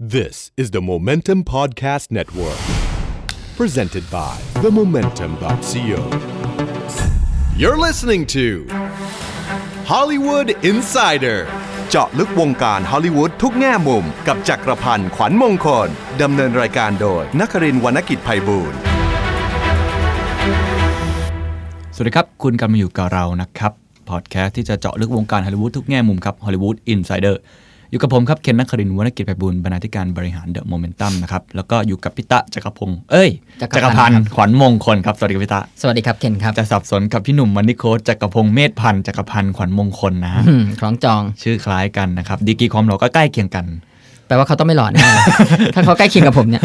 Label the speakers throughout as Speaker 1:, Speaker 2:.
Speaker 1: This is the Momentum Podcast Network, presented by themomentum.co. You're listening to Hollywood Insider เจาะลึกวงการฮอลลีวูดทุกแง่มุม กับจักรพันธ์ขวัญมงคล ดำเนินรายการโดยนักรินทร์วรรณกิจไพบูลย์
Speaker 2: สวัสดีครับ คุณกำลังอยู่กับเรานะครับ พอดแคสต์ที่จะเจาะลึกวงการฮอลลีวูดทุกแง่มุมครับฮอลลีวูดอินไซเดอร์อยู่กับผมครับ เคนนักครินทร์วรรณกิจไพบูลย์บรรณาธิการบริหารเดอะโมเมนตัมนะครับ แล้วก็อยู่กับพิตะจักรพงศ์เอ้ย
Speaker 3: จักรพัน
Speaker 2: ร
Speaker 3: ธ์
Speaker 2: พันธ์ขวัญมงคลครับ สวัสดีครับพิตะ
Speaker 3: สวัสดีครับเคนครับ
Speaker 2: จะสับสนกับพี่หนุ่มมันนิโคสจักรพงศ์เมธพันธ์จักรพันธ์ขวัญมงคลนะฮะ
Speaker 3: อืมคล้องจอง
Speaker 2: ชื่อคล้ายกันนะครับดีกรีความหล่อก็ใกล้เคียงกัน
Speaker 3: แปลว่าเขาต้องไม่หล่อแน่เลย ถ้าเขาใกล้เคียงกับผมเนี่ย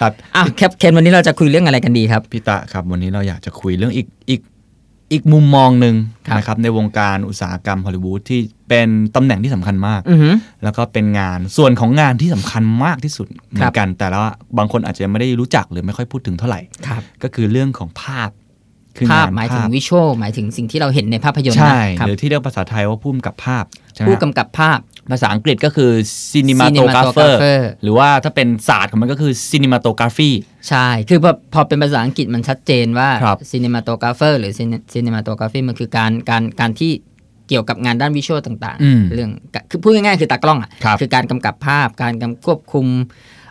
Speaker 2: ครับ
Speaker 3: อ่ะครับเคนวันนี้เราจะคุยเรื่องอะไรกันดีครับ
Speaker 2: พิตะครับวันนี้เราอยากจะคุยเรื่องอีกอีกอีกมุมมองหนึ่ง
Speaker 3: ครับ
Speaker 2: นะครับในวงการอุตสาหกรรมฮอลลีวูดที่เป็นตำแหน่งที่สำคัญมาก
Speaker 3: อือหือ
Speaker 2: แล้วก็เป็นงานส่วนของงานที่สำคัญมากที่สุดเหมื
Speaker 3: ครั
Speaker 2: อบ นกันแต่ละบางคนอาจจะไม่ได้รู้จักหรือไม่ค่อยพูดถึงเท่าไหร่
Speaker 3: ครับ
Speaker 2: ก็คือเรื่องของภาพคือง
Speaker 3: ภาพ
Speaker 2: น
Speaker 3: หมายถึงวิชวลหมายถึงสิ่งที่เราเห็นในภาพยนตร์
Speaker 2: ใช่
Speaker 3: นะครับ
Speaker 2: หรือที่เรียกภาษาไทยว่าพุ่มกับภาพใช่ไหม
Speaker 3: ผู้กำกับภาพ
Speaker 2: ภาษาอังกฤษก็คือ cinematographer
Speaker 3: cinematographer
Speaker 2: หรือว่าถ้าเป็นศาสตร์ของมันก็คือ cinematography
Speaker 3: ใช่ คือพอพอเป็นภาษาอังกฤษมันชัดเจนว่า
Speaker 2: ครับ
Speaker 3: cinematographer หรือ cinematography มันคือการการการที่เกี่ยวกับงานด้านวิชวลต่าง
Speaker 2: อืม
Speaker 3: เรื่องคือพูดง่ายๆคือตากล้องอ่ะ
Speaker 2: ครับ
Speaker 3: อการกำกับภาพการกำควบคุม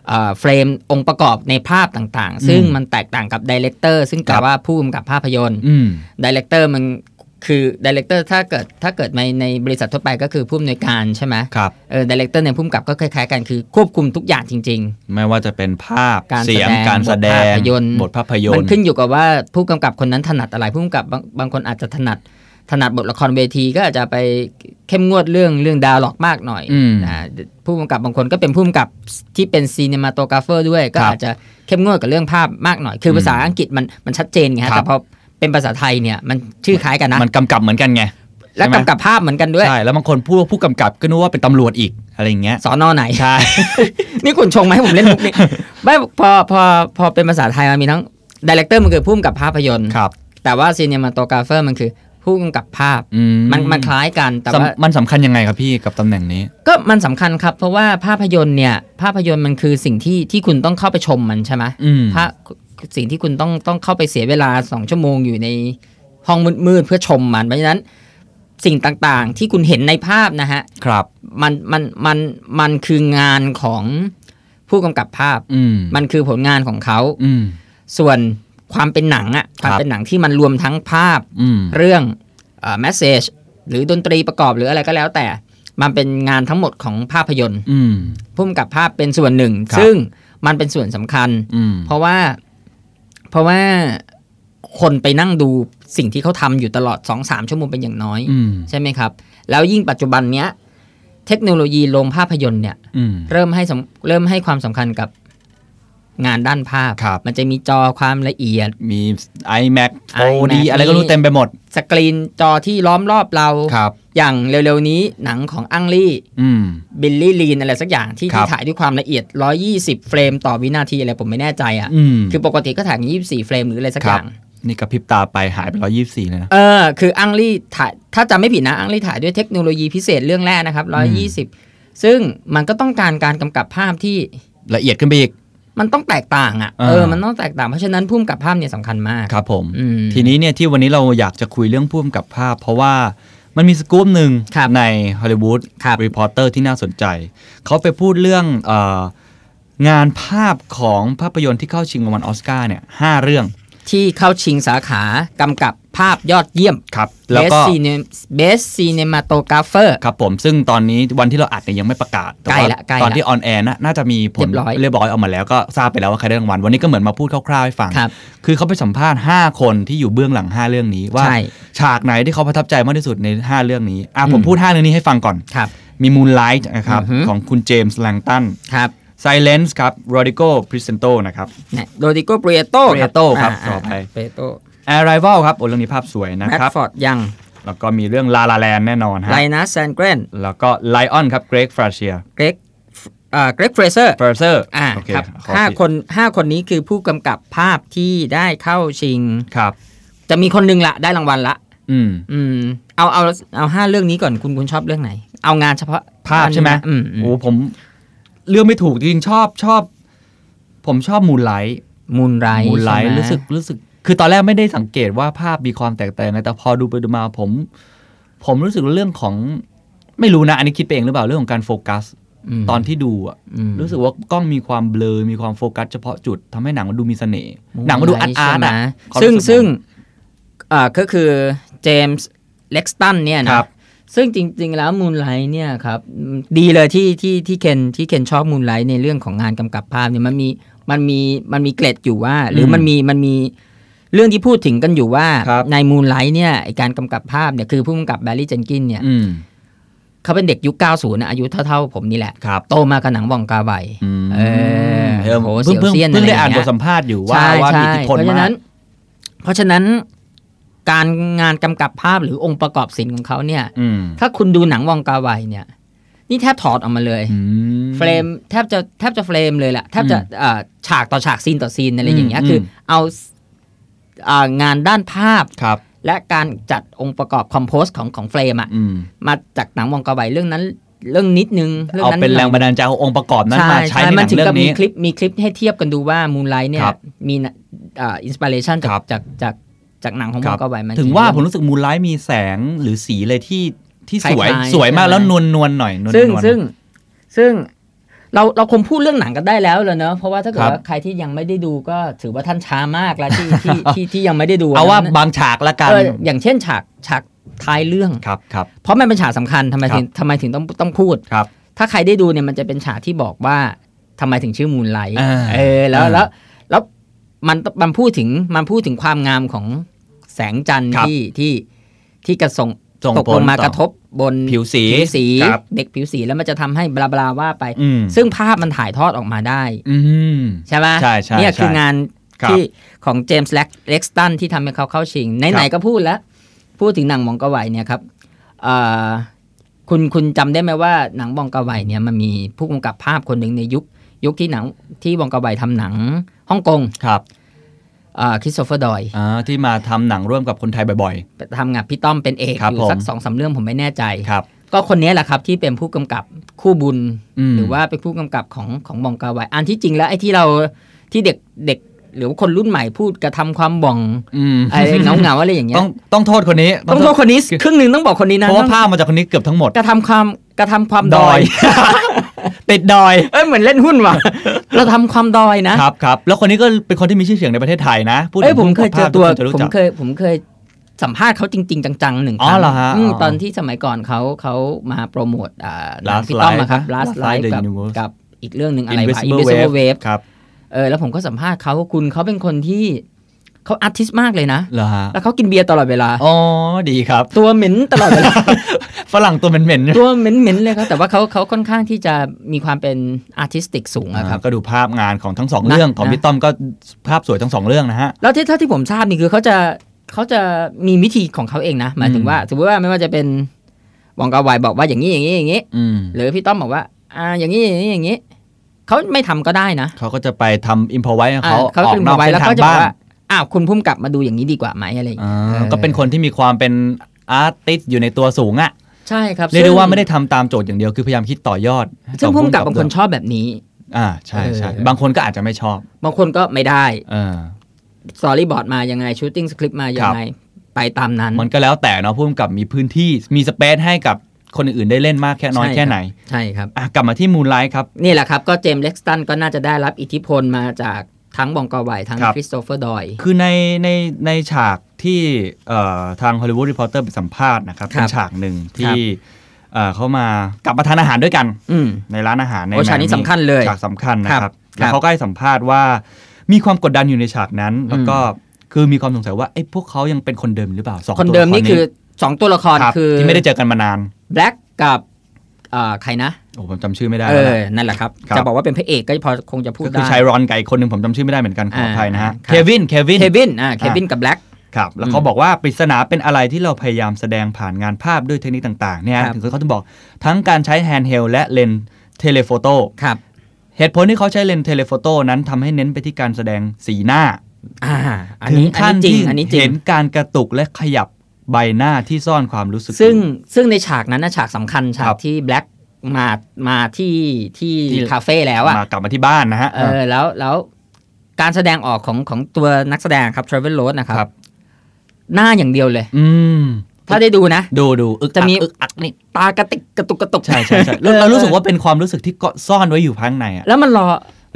Speaker 3: เอ่อเฟรมองค์ประกอบในภาพต่าง
Speaker 2: อืม
Speaker 3: ๆ ซึ่งมันแตกต่างกับดีเลกเตอร์ซึ่งแปล
Speaker 2: ครับ
Speaker 3: ว่าผู้กำกับภาพยนตร์
Speaker 2: อืม
Speaker 3: ดีเลกเตอร์มันคือดีเลกเตอร์ถ้าเกิดถ้าเกิดในในบริษัททั่วไปก็คือผู้อำนวยการใช่ไหม
Speaker 2: ครับ
Speaker 3: เออดีเลกเตอร์เนี่ยผู้กำกับก็คล้ายๆกันคือควบคุมทุกอย่างจริง ๆ
Speaker 2: ไม่ว่าจะเป็นภาพ
Speaker 3: การ
Speaker 2: เสียง
Speaker 3: แสดง
Speaker 2: การแสดง
Speaker 3: บทภาพยนตร์
Speaker 2: บทภาพยน
Speaker 3: มั
Speaker 2: ต
Speaker 3: น
Speaker 2: ร์
Speaker 3: ขึ้นอยู่กับว่าผู้กำกับคนนั้นถนัดอะไรผู้กำกับบางบางคนอาจจะถนัดถนัดบทละครเวทีก็อาจจะไปเข้มงวดเรื่องเรื่องดาวล็อกมากหน่อย
Speaker 2: อืม
Speaker 3: นะผู้กำกับบางคนก็เป็นผู้กำกับที่เป็นซีเนมาโตกราฟเฟอร์ด้วย ก็
Speaker 2: ครับ
Speaker 3: อาจจะเข้มงวดกับเรื่องภาพมากหน่อย คืออ
Speaker 2: ม
Speaker 3: ภาษาอังกฤษมันมันชัดเจนไงฮะ
Speaker 2: ครับ
Speaker 3: แต่พอเป็นภาษาไทยเนี่ยมันชื่อคล้ายกันนะ
Speaker 2: มันกำกับเหมือนกันไง
Speaker 3: และ
Speaker 2: ใช่ไหม
Speaker 3: กำกับภาพเหมือนกันด้วย
Speaker 2: ใช่แล้วบางคนพูดว่าผู้กำกับก็นึกว่าเป็นตำรวจอีกอะไรอย่างเงี้ย
Speaker 3: สอนอไหน
Speaker 2: ใช่
Speaker 3: นี่คุณชงมาให้ผมเล่นมุก นี่ ไม่พอพอพอเป็นภาษาไทยมันมีทั้งดีเลกเตอร์มันคือผู้กำกับภาพยนตร์
Speaker 2: ครับ
Speaker 3: แต่ว่าซีเนมาโตกราฟเฟอร์มันคือผู้กำกับภาพ
Speaker 2: อื
Speaker 3: มันมันคล้ายกันแต่
Speaker 2: สำ
Speaker 3: ว่า
Speaker 2: มันสำคัญยังไงครับพี่กับตำแหน่งนี้
Speaker 3: ก็มันสำคัญครับ เพราะว่าภาพยนตร์เนี่ย ภาพยนตร์มันคือสิ่งที่ที่คุณต้องเข้าไปชมมันใช่ไหม
Speaker 2: อืม
Speaker 3: ภาพสิ่งที่คุณต้องต้องเข้าไปเสียเวลาสองชั่วโมงอยู่ในห้องมืดๆเพื่อชมมันเพราะฉะนั้นสิ่งต่างๆ ที่คุณเห็นในภาพนะฮะ
Speaker 2: ครับ
Speaker 3: มันมันมันมันคืองานของผู้กำกับภาพ
Speaker 2: อืม
Speaker 3: มันคือผลงานของเขา
Speaker 2: อืม
Speaker 3: ส่วนความเป็นหนังอะความ
Speaker 2: ครับ
Speaker 3: เป็นหนังที่มันรวมทั้งภาพ
Speaker 2: อืม
Speaker 3: เรื่องแมสเซจหรือดนตรีประกอบหรืออะไรก็แล้วแต่ มันเป็นงานทั้งหมดของภาพยนตร์
Speaker 2: อืม
Speaker 3: พุ่มกับภาพเป็นส่วนหนึ่ง
Speaker 2: ครับ
Speaker 3: ซึ่งมันเป็นส่วนสำคัญ
Speaker 2: อืม
Speaker 3: เพราะว่าเพราะว่าคนไปนั่งดูสิ่งที่เขาทำอยู่ตลอด 2-3 ชั่วโมงเป็นอย่างน้อย
Speaker 2: อืม
Speaker 3: ใช่ไหมครับ แล้วยิ่งปัจจุบันเนี้ย เทคโนโลยีโรงภาพยนตร์เนี่ย
Speaker 2: อืม
Speaker 3: เริ่มให้สำเริ่มให้ความสำคัญกับงานด้านภาพ
Speaker 2: ครับ
Speaker 3: มันจะมีจอความละเอียด
Speaker 2: มี iMac
Speaker 3: iMac
Speaker 2: OD อะไรก็รู้
Speaker 3: นี่
Speaker 2: เต็มไปหมด
Speaker 3: สกรีนจอที่ล้อมรอบเรา
Speaker 2: ครับ
Speaker 3: อย่างเร็วๆนี้หนังของอังลี่
Speaker 2: อืม
Speaker 3: บิลลี่ลีนอะไรสักอย่างที่
Speaker 2: ครับ
Speaker 3: ที่ถ่ายด้วยความละเอียด 120 เฟรมต่อวินาทีอะไรผมไม่แน่ใจอะ่ะ
Speaker 2: อืม
Speaker 3: คือปกติก็ถ่ายกัน24 เฟรมหรืออะไรสัก
Speaker 2: ค
Speaker 3: อ
Speaker 2: รับ
Speaker 3: ย่าง
Speaker 2: นี่กระพริบตาไปหายไปร้อยยี่สิบสี่เลยนะ
Speaker 3: เออคืออังลี่ถ่ายถ้าจำไม่ผิดนะอังลี่ถ่ายด้วยเทคโนโลยีพิเศษเรื่องแรกนะครับ 120 ซึ่งมันก็ต้องการการกำกับภาพที่
Speaker 2: ละเอียดขึ้นไปอีก
Speaker 3: มันต้องแตกต่างอะ่ะ
Speaker 2: อ่า
Speaker 3: เออมันต้องแตกต่างเพราะฉะนั้นพุ่มกับภาพเนี่ยสำคัญมาก
Speaker 2: ครับผม
Speaker 3: อืม
Speaker 2: ทีนี้เนี่ยที่วันนี้เราอยากจะคุยเรื่องพุ่มกับภาพ เพราะว่ามันมีสกู๊ปหนึ่ง
Speaker 3: ครับ
Speaker 2: ในฮอลลีวูด
Speaker 3: ครับ
Speaker 2: รีพอร์เตอร์ที่น่าสนใจ เขาไปพูดเรื่องเอองานภาพของภาพยนตร์ที่เข้าชิงรางวัลออสการ์เนี่ยห้าเรื่อง
Speaker 3: ที่เข้าชิงสาขากำกับภาพยอดเยี่ยม
Speaker 2: ครับ แล้วก็
Speaker 3: Best Cine- Best Cinematographer
Speaker 2: ครับผมซึ่งตอนนี้วันที่เราอัดเนี่ยยังไม่ประกาศแต่ว่า
Speaker 3: ใกล้ละใกล้ละ
Speaker 2: ตอนที่ออนแอร์น่าจะมีผล
Speaker 3: เรียบร้อย
Speaker 2: เรียบร้อยออกมาแล้วก็ทราบไปแล้วว่าใครได้รางวัลวันนี้ก็เหมือนมาพูดคร่าวๆให้ฟัง
Speaker 3: ครับ
Speaker 2: คือเขาไปสัมภาษณ์ 5 คนที่อยู่เบื้องหลัง 5 เรื่องนี้ว่า
Speaker 3: ใช่
Speaker 2: ฉากไหนที่เขาประทับใจมากที่สุดใน 5 เรื่องนี้อ่ะผม
Speaker 3: อืม
Speaker 2: พูด 5 เรื่องนี้ให้ฟังก่อน
Speaker 3: ครับ
Speaker 2: มี Moonlight นะครับ
Speaker 3: อือฮึ
Speaker 2: ของคุณเจมส์แลงตัน
Speaker 3: ครับ
Speaker 2: Silence ครับ Rodrigo Presento นะครับ
Speaker 3: โรดิโกเปรียโต
Speaker 2: Prieto ครับต่อไป
Speaker 3: เปรียโต
Speaker 2: Arrival ครับโอ้เรื่องนี้ภาพสวยนะ
Speaker 3: แมด
Speaker 2: ครับ
Speaker 3: ฟอร์ดยัง
Speaker 2: แล้วก็มีเรื่อง La La Land แน่นอนฮะ
Speaker 3: ไลนัสแซนเกรน
Speaker 2: แล้วก็ Lion ครับ Greg Frazier
Speaker 3: เกรกเอ่อเกรกเฟรเซอร์
Speaker 2: Fraser
Speaker 3: อ่า
Speaker 2: โอเค
Speaker 3: ครับ
Speaker 2: ขอ
Speaker 3: ห้า
Speaker 2: ผิด
Speaker 3: คนห้าคนนี้คือผู้กำกับภาพที่ได้เข้าชิง
Speaker 2: ครับ
Speaker 3: จะมีคนหนึ่งละได้รางวัลละ
Speaker 2: อืม
Speaker 3: อืม เอาเอาเอาห้าเรื่องนี้ก่อนคุณคุณชอบเรื่องไหน เอางานเฉพาะ
Speaker 2: ภาพใช่ไหม
Speaker 3: อืมอืม
Speaker 2: โอ้ผม เลือกไม่ถูกจริงๆชอบชอบ ผมชอบมูนไลท์
Speaker 3: มูนไร
Speaker 2: มูนไลท์รู้สึกรู้สึก คือตอนแรกไม่ได้สังเกตว่าภาพมีความแตกต่างไงแต่พอดูไปดูมาผม ผมรู้สึกเรื่องของไม่รู้นะ อันนี้คิดไปเองหรือเปล่าเรื่องของการโฟกัส ตอนที่ดูอะรู้สึกว่ากล้องมีความเบลอมีความโฟกัสเฉพาะจุดทำให้หนังมันดูมีเสน่ห์หนังมันดูอาร์ตอาร์ตอะความ
Speaker 3: ซึ่ง
Speaker 2: รู้สึก
Speaker 3: ซึ่ง
Speaker 2: ผ
Speaker 3: อ่าก็คือเจมส์เล็กสตันเนี่ย
Speaker 2: ค
Speaker 3: นะ
Speaker 2: รับ
Speaker 3: ซึ่งจริง ๆ แล้วมูนไลท์เนี่ยครับอืมดีเลยที่ที่ที่เคนที่เคนชอบมูนไลท์ในเรื่องของงานกำกับภาพเนี่ยมันมีมันมีมันมีเกล็ดอยู่ว่า หรืออ
Speaker 2: ม
Speaker 3: มันมีมันมีเรื่องที่พูดถึงกันอยู่ว่า
Speaker 2: ครับ
Speaker 3: ในมูนไลท์เนี่ยไอ้การกำกับภาพเนี่ยคือผู้กำกับแบร์รี่เจนกินเนี่ย
Speaker 2: อืม
Speaker 3: เขาเป็นเด็กยุค 90นะอายุเท่าๆผมนี่แหละ
Speaker 2: ครับ
Speaker 3: โตมากับหนังวองกาไว
Speaker 2: อืม
Speaker 3: เออ
Speaker 2: เริ่ม
Speaker 3: โห
Speaker 2: เพิ่งเพิ่ง
Speaker 3: เสียวเสี้ยน
Speaker 2: เพิ่งได้
Speaker 3: อะไรอย่าง
Speaker 2: อ่าน
Speaker 3: เงี้
Speaker 2: บ
Speaker 3: ย
Speaker 2: ทสัมภาษณ์อยู่ว่า
Speaker 3: ใช่
Speaker 2: ว่ามี
Speaker 3: ใช่
Speaker 2: อิทธิพล
Speaker 3: เพราะฉะ
Speaker 2: มา
Speaker 3: นั้
Speaker 2: ก
Speaker 3: น เพราะฉะนั้นการงานกำกับภาพหรือองค์ประกอบศิลป์ของเขาเนี่ย
Speaker 2: อืม
Speaker 3: ถ้าคุณดูหนังวองกาไวเนี่ย นี่แทบถอดออกมาเลย
Speaker 2: อื
Speaker 3: เฟรมแทบจะแทบจะเฟรมเลยแหละแทบจะ
Speaker 2: อืม
Speaker 3: เอ่อฉากต่อฉากซีนต่อซีนอะไรอย่างเงี้ย
Speaker 2: อืม
Speaker 3: คือเอาเอ่องานด้านภาพ
Speaker 2: ครับ
Speaker 3: และการจัดองค์ประกอบคอมโพสของของเฟรมอะ
Speaker 2: อืม
Speaker 3: มาจากหนังวองกาไวเรื่องนั้น เรื่องนิดนึง
Speaker 2: เอา
Speaker 3: นั้น
Speaker 2: เป็น
Speaker 3: ห
Speaker 2: แร
Speaker 3: น่
Speaker 2: ง
Speaker 3: ย
Speaker 2: บันดาลใจขององค์ประกอบนั้นมาใช้ในห
Speaker 3: มั
Speaker 2: นัง
Speaker 3: ถึง
Speaker 2: เรื่อ
Speaker 3: กับ
Speaker 2: ง
Speaker 3: มี
Speaker 2: นี้
Speaker 3: คลิปมีคลิปให้เทียบกันดูว่ามูนไลท์เนี่ย
Speaker 2: ครับ
Speaker 3: มีนะอ่าอินสปิเรชันจา
Speaker 2: ครั
Speaker 3: ก
Speaker 2: บ
Speaker 3: จากจากจากหนังของ
Speaker 2: ค
Speaker 3: ม
Speaker 2: รั
Speaker 3: อบ งกาไวมัน
Speaker 2: ถึงว่าผม
Speaker 3: จริ
Speaker 2: รู้สึกมูนไลท์มีแสงหรือสีเลยที่ที่สวย
Speaker 3: คล้ายๆ
Speaker 2: สวยมาก
Speaker 3: ใช่ไหม
Speaker 2: แล้วนวลนวลๆหน่อยนวลๆ
Speaker 3: ซึ่งซึ่งซึ่งเราเราคงพูดเรื่องหนังกันได้แล้วเลยเนอะเพราะว่าถ้าเกิด
Speaker 2: ครับ
Speaker 3: ว่าใครที่ยังไม่ได้ดูก็ถือว่าท่านช้ามากแล้วที่ที่ที่ที่ยังไม่ได้ดู
Speaker 2: เอาว่า
Speaker 3: นะ
Speaker 2: บางฉากละกัน
Speaker 3: เอออย่างเช่นฉากฉากท้ายเรื่อง
Speaker 2: ครับครับ
Speaker 3: เพราะมันเป็นฉากสำคัญทำไม
Speaker 2: ครับ
Speaker 3: ถึงทำไมถึงต้องต้องพูด
Speaker 2: ครับ
Speaker 3: ถ้าใครได้ดูเนี่ยมันจะเป็นฉากที่บอกว่าทำไมถึงชื่อมูนไลท์
Speaker 2: อ่า
Speaker 3: เออแล้ว
Speaker 2: อ่า
Speaker 3: แล้วแล้วมันมันพูดถึงมันพูดถึงความงามของแสงจันทร์
Speaker 2: ครับ
Speaker 3: ที่ที่ที่กระส่ง
Speaker 2: ส่ง
Speaker 3: ตกลง
Speaker 2: ผล
Speaker 3: มาก
Speaker 2: ต่อ
Speaker 3: ระทบบน
Speaker 2: ผิวสีครับ
Speaker 3: เด็กผิวสีแล้วมันจะทำให้บลาบลาว่าไป
Speaker 2: อืม
Speaker 3: ซึ่งภาพมันถ่ายทอดออกมาได้
Speaker 2: อืม
Speaker 3: ใช่ไหม
Speaker 2: ใช่ใช่
Speaker 3: เนี่ยคือ
Speaker 2: ใช่
Speaker 3: งาน
Speaker 2: ครับ
Speaker 3: ที่ของเจมส์เล็กสตันที่ทำให้เขาเข้าชิง
Speaker 2: ค
Speaker 3: ไห
Speaker 2: รั
Speaker 3: น
Speaker 2: บ
Speaker 3: ๆก็พูดแล้ว พูดถึงหนังมองกาไวเนี่ยครับเอ่อคุณคุณจำได้ไหมว่าหนังบองกาไวเนี่ยมันมีผู้กำกับภาพคนหนึ่งในยุค ยุคที่หนังที่บองกาไวทำหนังฮ่องกง
Speaker 2: ครับ
Speaker 3: คริสโตเฟอร์ดอย
Speaker 2: อ่าที่มาทำหนังร่วมกับคนไทยบ่อย
Speaker 3: ทำงานพี่ต้อมเป็นเอก
Speaker 2: ครับ
Speaker 3: อยู่สั
Speaker 2: ผ
Speaker 3: ก
Speaker 2: ม
Speaker 3: สองสามเรื่องผมไม่แน่ใจ
Speaker 2: ๆ ครับ
Speaker 3: ก็คนนี้แหละครับที่เป็นผู้กำกับคู่บุญ
Speaker 2: อืม
Speaker 3: หรือว่าเป็นผู้กำกับของของบองกาไวอันที่จริงแล้วไอ้ที่เราที่เด็กเด็กหรือว่าคนรุ่นใหม่พูดกระทำความ บ่อง
Speaker 2: อืม
Speaker 3: อะไรเงาเงาๆอะไรอย่างเงี้ย
Speaker 2: ต้องต้องโทษคนนี้
Speaker 3: ต้องโทษคนนี้ครึ่งหนึ่งต้องบอกคนนี้นะ
Speaker 2: เพราะว่า
Speaker 3: ต้อง
Speaker 2: ภาพมาจากคนนี้เกือบทั้งหมด
Speaker 3: กระทำความกระทำความดอย
Speaker 2: ติดดอย
Speaker 3: เอ้ยเหมือนเล่นหุ้น ว่ะ เราทำความดอยนะครับ
Speaker 2: ครับแล้วคนนี้ก็เป็นคนที่มีชื่อเสียงในประเทศไทยนะพูดถึ
Speaker 3: เอ้ย
Speaker 2: ง
Speaker 3: ผมเคยเจอตัว
Speaker 2: ภาพทุกคนจะรู้
Speaker 3: ผม
Speaker 2: จัก
Speaker 3: เคยผมเคยสัมภาษณ์เขาจริง ๆ จังๆหนึ่งค
Speaker 2: อ๋อ
Speaker 3: รั้
Speaker 2: ง เหรอฮะ
Speaker 3: ม
Speaker 2: อ๋อ
Speaker 3: ตอนที่สมัยก่อนเขาเขามาโปรโมทอ่าหนัง
Speaker 2: Last
Speaker 3: พี่ต้อม
Speaker 2: Light
Speaker 3: นะครับ
Speaker 2: นะ
Speaker 3: Last
Speaker 2: Last
Speaker 3: Light
Speaker 2: Light The
Speaker 3: กับ
Speaker 2: Universe
Speaker 3: กับอีกเรื่องหนึ่งอะไรวะ
Speaker 2: Invisible
Speaker 3: Invisible
Speaker 2: Wave
Speaker 3: Wave
Speaker 2: ครับ
Speaker 3: เออแล้วผมก็สัมภาษณ์เขาคุณเขาเป็นคนที่เขาอาร์ติสมากเลยนะ
Speaker 2: เหรอฮะ
Speaker 3: แล้วเขากินเบียร์ตลอดเวลา
Speaker 2: อ๋อดีครับ
Speaker 3: ตัวเหม็นตลอดเว ลา
Speaker 2: ฝรั่งตัวเหม็นๆ
Speaker 3: ตัวเหม็นๆเลยครับ แต่ว่าเขาเขาค่อนข้างที่จะมีความเป็นอาร์ติสติกสูง
Speaker 2: อ่า
Speaker 3: อะครับ
Speaker 2: ก็ดูภาพงานของทั้งสอง
Speaker 3: นะ
Speaker 2: เรื่องของ
Speaker 3: นะ
Speaker 2: พี่ต้อมก็ภาพสวยทั้งสองเรื่องนะฮะ
Speaker 3: แล้วที่เท่าที่ผมทราบนี่คือเขาจะเขาจะมีวิธีของเขาเองนะ หมายถึงว่าสมมติว่าไม่ว่าจะเป็นวองกาไวายบอกว่าอย่างนี้อย่างนี้อย่างนี้
Speaker 2: อืม
Speaker 3: หรือพี่ต้อมบอกว่า อ่าอย่างนี้อย่างนี้อย่างนี้เขาไม่ทำก็ได้นะ
Speaker 2: เขาก็จะไปทำอิมพอไว้
Speaker 3: อ่า
Speaker 2: เขาออก
Speaker 3: เป็น
Speaker 2: นอก
Speaker 3: ไว้
Speaker 2: เส้น
Speaker 3: แล้ว
Speaker 2: ทา
Speaker 3: เขา
Speaker 2: ง
Speaker 3: จะบอก
Speaker 2: บ้าง
Speaker 3: ว่าอ้าวคุณพุ่มกลับมาดูอย่างนี้ดีกว่าไหมอะไรอย่าง
Speaker 2: อ่
Speaker 3: เงี้ย
Speaker 2: าก็เป็นคนที่มีความเป็นอาร์ติสอยู่ในตัวสูงอ่ะ
Speaker 3: ใช่ครับ
Speaker 2: เรียกได้ว่าไม่ได้ทำตามโจทย์อย่างเดียวคือพยายามคิดต่อยอด
Speaker 3: ซึ่ง
Speaker 2: ต่อ
Speaker 3: พุ่มกับบางคนชอบแบบนี้
Speaker 2: อ่าใช่ใช่
Speaker 3: เออ
Speaker 2: บางคนก็อาจจะไม่ชอบบ
Speaker 3: างคนก็ไม่ได้
Speaker 2: เออ
Speaker 3: สตอรี่บอร์ดมายังไงชูตติ้งสคริปต์มายังไงไปตามนั้น
Speaker 2: มันก็แล้วแต่เนาะผู้กำกับมีพื้นที่มีสเปซให้กับคนอื่นๆได้เล่นมากแค่น้อย
Speaker 3: ใช่
Speaker 2: แค่
Speaker 3: รับ
Speaker 2: ไหน
Speaker 3: ใช่ครับ
Speaker 2: อ่ะกลับมาที่มู l ไลท์ครับ
Speaker 3: นี่แหละครับ ก็เจมส์เล็กสตันก็น่าจะได้รับอิทธิพลมาจากทั้งบองกอไวทั้ง
Speaker 2: ครับ
Speaker 3: คริสโตเฟอร์ดอย
Speaker 2: คือในในในฉากที่เอ่อทางฮอลลีวูดรีพอร์เตอร์ไปสัมภาษณ์นะครับ
Speaker 3: ครับ
Speaker 2: เป็นฉากหนึ่ง
Speaker 3: ครั
Speaker 2: ที่
Speaker 3: บ
Speaker 2: เอ่อเขามากลับมาทานอาหารด้วยกัน
Speaker 3: อืม
Speaker 2: ในร้านอาหารใน
Speaker 3: โอ้ฉากนี้
Speaker 2: แมมมี่
Speaker 3: สำคัญเลย
Speaker 2: ฉากสำคัญนะค
Speaker 3: ครั
Speaker 2: รับบ แล้วเขาก็ให้สัมภาษณ์ว่ามีความกดดันอยู่ในฉากนั้น แล้วก็คือมีความสงสัยว่าเอ้พวกเขายังเป็นคนเดิมหรือเปล่าสอง
Speaker 3: คนเดิม
Speaker 2: ตัวละร
Speaker 3: นี่คือ 2 ตัวละคร
Speaker 2: รับ
Speaker 3: คือ
Speaker 2: ที่ไม่ได้เจอกันมานาน
Speaker 3: แบล็กกับเอ่อใครนะ
Speaker 2: โอ้ผมจำชื่อไม่ได้
Speaker 3: เอ
Speaker 2: แล้วนะ
Speaker 3: อ นั่นแหละครับ
Speaker 2: ครับ
Speaker 3: จะบอกว่าเป็นพระเอกก็พอคงจะพูด
Speaker 2: ก็
Speaker 3: ได้
Speaker 2: คือชายรอนไก่คนหนึ่งผมจำชื่อไม่ได้เหมือนกันขออภัยนะฮะ
Speaker 3: อ่าครั
Speaker 2: เค
Speaker 3: บ
Speaker 2: วินเควิน
Speaker 3: เควินอ่าเควินกับแบล็ก
Speaker 2: ครับ แล้ว
Speaker 3: อืม
Speaker 2: เขาบอกว่าปริศนาเป็นอะไรที่เราพยายามแสดงผ่านงานภาพด้วยเทคนิคต่าง ๆ เนี่ย
Speaker 3: ครับ
Speaker 2: ถึงเขาจะบอกทั้งการใช้แฮนด์เฮลและเลนเทเลโฟโต้
Speaker 3: ครับ
Speaker 2: เหตุผลที่เขาใช้เลนเทเลโฟโต้นั้นทำให้เน้นไปที่การแสดงสีหน้า
Speaker 3: อ่าอัน
Speaker 2: ถึง
Speaker 3: นี้อั
Speaker 2: ขั้
Speaker 3: น
Speaker 2: น
Speaker 3: นี้จริ
Speaker 2: ที่
Speaker 3: งอันนี้จริ
Speaker 2: เห็
Speaker 3: ง
Speaker 2: นการกระตุกและขยับใบหน้าที่ซ่อนความรู้สึก
Speaker 3: ซึ่งซึ่งในฉากนั้นนะฉากสำคัญฉา
Speaker 2: ครั
Speaker 3: ก
Speaker 2: บ
Speaker 3: ที่แบล็ก มามาที่ที่
Speaker 2: ที่
Speaker 3: คาเฟ่แล้วอะ
Speaker 2: มากลับมาที่บ้านนะฮะ
Speaker 3: เออแล้วแล้วการแสดงออกของของตัวนักแสดงครับทรเวลโรสนะครั
Speaker 2: ครับ บ
Speaker 3: หน้าอย่างเดียวเลย
Speaker 2: อืม
Speaker 3: ถ้าได้ดูนะ
Speaker 2: ดูดูอึก
Speaker 3: จะมี
Speaker 2: อึกอักนี่
Speaker 3: ตากระติกกระตุกกระตุก
Speaker 2: ใช่ใช่ใช่แล้วเรารู้สึกว่าเป็นความรู้สึกที่ก็ซ่อนไว้อยู่ข้างในอะ
Speaker 3: แล้วมันรอ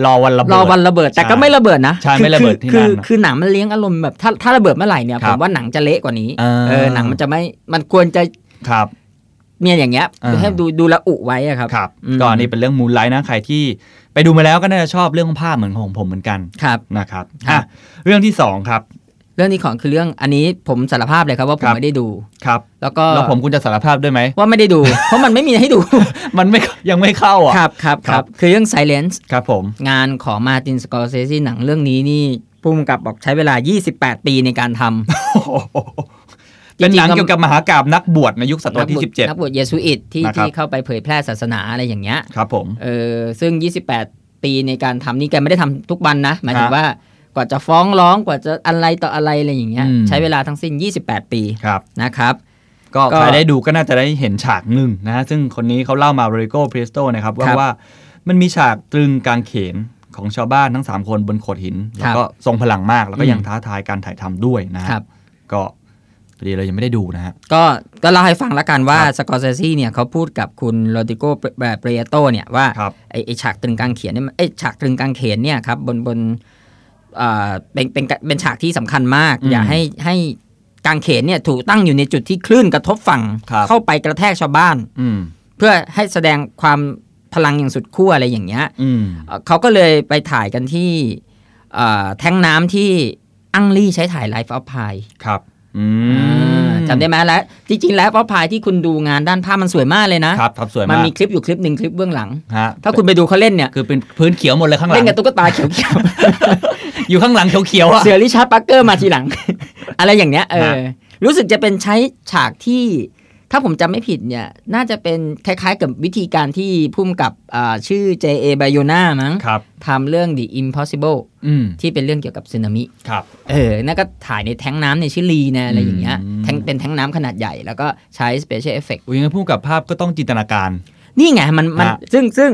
Speaker 2: รอวันระเบิ
Speaker 3: ร
Speaker 2: ด
Speaker 3: อวันระเบิดแต่ก็
Speaker 2: ใช่
Speaker 3: ไม่ระเบิดนะ
Speaker 2: ใช่ไม่ระเบิดที่
Speaker 3: คือ
Speaker 2: นั่
Speaker 3: คือน
Speaker 2: นะ
Speaker 3: คือหนังมันเลี้ยงอารมณ์แบบถ้าถ้าระเบิดเมื่อไหร่เนี่ย
Speaker 2: ครั
Speaker 3: ผ
Speaker 2: บ
Speaker 3: มว่าหนังจะเละกว่านี้
Speaker 2: อ่า
Speaker 3: เออหนังมันจะไม่มันควรจะ
Speaker 2: ครับ
Speaker 3: เนี่ยอย่างเงี้ย
Speaker 2: อ่า
Speaker 3: ให้ดูดูละอุไว้อะครับ
Speaker 2: ครับ
Speaker 3: อืม
Speaker 2: ก็อันนี้เป็นเรื่องมูลไลท์นะใครที่ไปดูมาแล้วก็น่าจะชอบเรื่องของภาพเหมือนของผมเหมือนกัน
Speaker 3: ครับ
Speaker 2: นะครับ
Speaker 3: ครั
Speaker 2: อ่ะ
Speaker 3: บ
Speaker 2: เรื่องที่สองครับ
Speaker 3: เรื่องนี้ของคือเรื่องอันนี้ผมสารภาพเลยครับว่าผ
Speaker 2: ค
Speaker 3: ม
Speaker 2: รับ
Speaker 3: ไม่ได้ดู
Speaker 2: ครับ
Speaker 3: แล้วก็
Speaker 2: แล้วผมคุณจะสารภาพด้วยไหม
Speaker 3: ว่าไม่ได้ดู เพราะมันไม่มีให้ดู
Speaker 2: มันไม่ยังไม่เข้าอ่ะ
Speaker 3: ครับครับ
Speaker 2: ค
Speaker 3: ค
Speaker 2: รั
Speaker 3: รับ บ คือเรื่อง Silence
Speaker 2: ครับ ผม
Speaker 3: งานของมาตินสกอร์เซซีหนังเรื่องนี้นี่ผู้กำกับบอกใช้เวลา 28 ปีในการทำ
Speaker 2: เป็นหนัง
Speaker 3: จริงๆ
Speaker 2: เกี่ยวกับมหากาบนักบวชในยุคศตวรรษที่
Speaker 3: นักบวชนักบวชเยซูอิตที่
Speaker 2: นะครับ
Speaker 3: ที่เข้าไปเผยแพร่ศาสนาอะไรอย่างเงี้ย
Speaker 2: 17 ครับผม
Speaker 3: เออซึ่ง 28 ปีในการทำนี่แกไม่ได้ทำทุกวันนะ หมายถึง
Speaker 2: ฮะ
Speaker 3: ว่ากว่าจะฟ้องร้องกว่าจะอะไรต่ออะไรอะไรอย่างเงี้ย
Speaker 2: อืม
Speaker 3: ใช้เวลาทั้งสิ้น 28 ปี
Speaker 2: ครับ
Speaker 3: นะครับ
Speaker 2: ก็
Speaker 3: ก็
Speaker 2: ใครได้ดูก็น่าจะได้เห็นฉากหนึ่งนะฮะซึ่งคนนี้เขาเล่ามาโรโกพริสโตนะครับว่า
Speaker 3: ครับ
Speaker 2: ว่ามันมีฉากตรึงกางเขนของชาวบ้านทั้ง 3 คนบนโขดหิน
Speaker 3: ค
Speaker 2: แล้
Speaker 3: รั
Speaker 2: ว
Speaker 3: บ
Speaker 2: ก็ทรงพลังมากแล้วก็
Speaker 3: อืม
Speaker 2: ยังท้าทายการถ่ายทำด้วยนะฮะ
Speaker 3: ครับ
Speaker 2: ก็พอดีเรายังไม่ได้ดูนะฮะ
Speaker 3: ก็ก็เล่าให้ฟังละกันว่า
Speaker 2: ครับ
Speaker 3: สกอร์เซซีเนี่ยเขาพูดกับคุณโรดิโกเปรโตเนี่ยว่า
Speaker 2: ครับ
Speaker 3: ไอ้ไอ้ฉากตรึงกางเขนเนี่ยมันไอ้ฉากตรึงกางเขนเนี่ยครับบนบนอ่าเป็นเป็นเป็นฉากที่สำคัญมาก
Speaker 2: อืม
Speaker 3: อย่าให้ให้กางเขนเนี่ยถูกตั้งอยู่ในจุดที่คลื่นกระทบฝั่ง
Speaker 2: ครับ
Speaker 3: เข้าไปกระแทกชาวบ้าน
Speaker 2: อืม
Speaker 3: เพื่อให้แสดงความพลังอย่างสุดขั้วอะไรอย่างเงี้ย
Speaker 2: อืม
Speaker 3: เอ่อเขาก็เลยไปถ่ายกันที่อ่าแท้งน้ำที่อังลี่ใช้ถ่ายไลฟ์ออฟพาย
Speaker 2: ครับอืม
Speaker 3: จำได้ไหมและจริงๆแล้วป๊อปพายที่คุณดูงานด้านภาพมันสวยมากเลยนะ
Speaker 2: ครับครับสวย
Speaker 3: มั
Speaker 2: มาก
Speaker 3: มีคลิปอยู่คลิปหนึ่งคลิปเบื้องหลัง
Speaker 2: ฮะ
Speaker 3: ถ้าคุณไปดูเขาเล่นเนี่ย
Speaker 2: คือเป็นพื้นเขียวหมดเลยข้างหลั
Speaker 3: เล่
Speaker 2: ง
Speaker 3: นกับตุ๊กตาเขียว
Speaker 2: อยู่ข้างหลังเขียวๆ
Speaker 3: ๆ
Speaker 2: อ่ะ
Speaker 3: เสือริชาร์ดปักเกอร์มาทีหลัง อะไรอย่างเนี้ยเอ
Speaker 2: ฮะ
Speaker 3: อรู้สึกจะเป็นใช้ฉากที่ ถ้าผมจำไม่ผิดเนี่ย น่าจะเป็นคล้ายๆกับวิธีการที่พุ่มกับอ่าชื่อ J.A. Bayona มั้ง
Speaker 2: ครับ
Speaker 3: ทำเรื่อง The Impossible
Speaker 2: อืม
Speaker 3: ที่เป็นเรื่องเกี่ยวกับสึนามิ
Speaker 2: ครับ
Speaker 3: เออนั่นก็ถ่ายในแท้งน้ำในชิลีนะอะไรอย่างเงี้ย
Speaker 2: อืม
Speaker 3: แท้งเป็นแท้งน้ำขนาดใหญ่แล้วก็ใช้ special effect
Speaker 2: อุ้ยงั้นพูดกับภาพก็ต้องจินตนาการ
Speaker 3: นี่ไงมันมัน
Speaker 2: ฮะ
Speaker 3: ซึ่งซึ่ง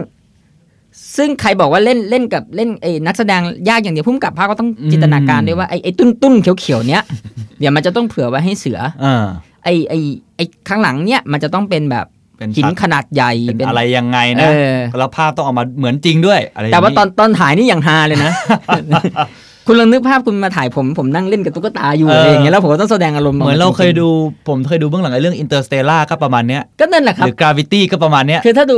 Speaker 3: ซึ่งใครบอกว่าเล่นเล่นกับเล่นไอ้นักแสดงยากอย่างเดียวพุ่มกับภาคก็ต้องจินตนาการด้วยว่าไอ้ไอ้ตุ้นตุ้นเขียวเขียวๆ เนี้ย เดี๋ยวมันจะต้องเผื่อไว้ให้เสือ
Speaker 2: เออ
Speaker 3: ไอ้ไอ้ไอ้ข้างหลังเนี้ยมันจะต้องเป็นแบบ
Speaker 2: เป็น
Speaker 3: หิน
Speaker 2: สัตว์
Speaker 3: ขนาดใหญ่
Speaker 2: เป็นอะไรยังไง
Speaker 3: เอ
Speaker 2: นะ
Speaker 3: อ
Speaker 2: แล้วภาพต้องออกมาเหมือนจริงด้วยอะไร
Speaker 3: แต่ว่า
Speaker 2: ย่ง
Speaker 3: ตอนตอนถ่ายนี่อย่างฮาเลยนะ คุณลองนึกภาพคุณมาถ่ายผมผมนั่งเล่นกับตุ๊กตาอยู่อะไรอย่างเงี้ยแล้วผมก็ต้องแสดงอารมณ์
Speaker 2: เหมือนเราเคย
Speaker 3: จงๆ
Speaker 2: ดูผมเคยดูเบื้องหลังไอ้เรื่องอินเตอร์สเตลาก็ประมาณเนี้ย
Speaker 3: ก็นั่นแหละ
Speaker 2: ห
Speaker 3: ครับ
Speaker 2: รือกราวิตี้ก็ประมาณเนี้ย
Speaker 3: คือถ้าดู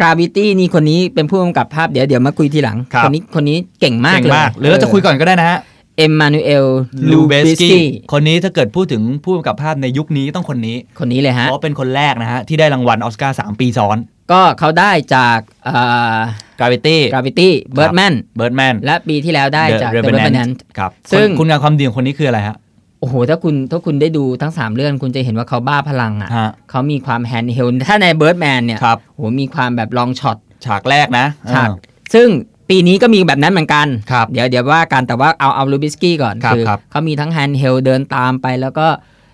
Speaker 3: กรา v ิตี้นี่คนนี้เป็นผู้กำกับภาพเดี๋ยวเดี๋ยวมาคุยทีหลัง
Speaker 2: ครับ
Speaker 3: คนนี้คนนี้เก่งมาก
Speaker 2: เก่ง
Speaker 3: เลย
Speaker 2: มาก หรือเราจะคุยก่อนก็ได้นะฮะ
Speaker 3: เอ็มมานูเอล
Speaker 2: ลูเบสกี้คนนี้ถ้าเกิดพูดถึงผู้กำกับภาพในยุคนี้ต้องคนนี้
Speaker 3: คนนี้เลยฮะ
Speaker 2: เพราะเป็นคนแรกนะฮะที่ได้รางวัลออสการ์สามปีซ้อน
Speaker 3: ก็เขาได้จาก
Speaker 2: กราวิตี้
Speaker 3: กรา v ิตี้เบิร์ดแมน
Speaker 2: เบิร์ดแมน
Speaker 3: และปีที่แล้วได้จาก The
Speaker 2: Revenant
Speaker 3: Revenant
Speaker 2: ครับ
Speaker 3: ซึ่ง
Speaker 2: คุณคุณงามความดีของคนนี้คืออะไรฮะ
Speaker 3: โอ้โห ถ้าคุณถ้าคุณได้ดูทั้ง 3 เรื่องคุณจะเห็นว่าเขาบ้าพลังอ่ะ
Speaker 2: ฮะ
Speaker 3: เขามีความแฮนด์เฮลถ้าในเบิร์ดแมนเนี่ย
Speaker 2: ครับ
Speaker 3: โอ้โหมีความแบบลองช็อต
Speaker 2: ฉากแรกนะ
Speaker 3: ฉาก
Speaker 2: เออ
Speaker 3: ซึ่งปีนี้ก็มีแบบนั้นเหมือนกัน
Speaker 2: ครับ
Speaker 3: เดี๋ยวเดี๋ยวว่ากันแต่ว่าเอาเอาลูบิสกี้ก่อน
Speaker 2: ครับครับ
Speaker 3: เขามีทั้งแฮนด์เฮลเดินตามไปแล้วก็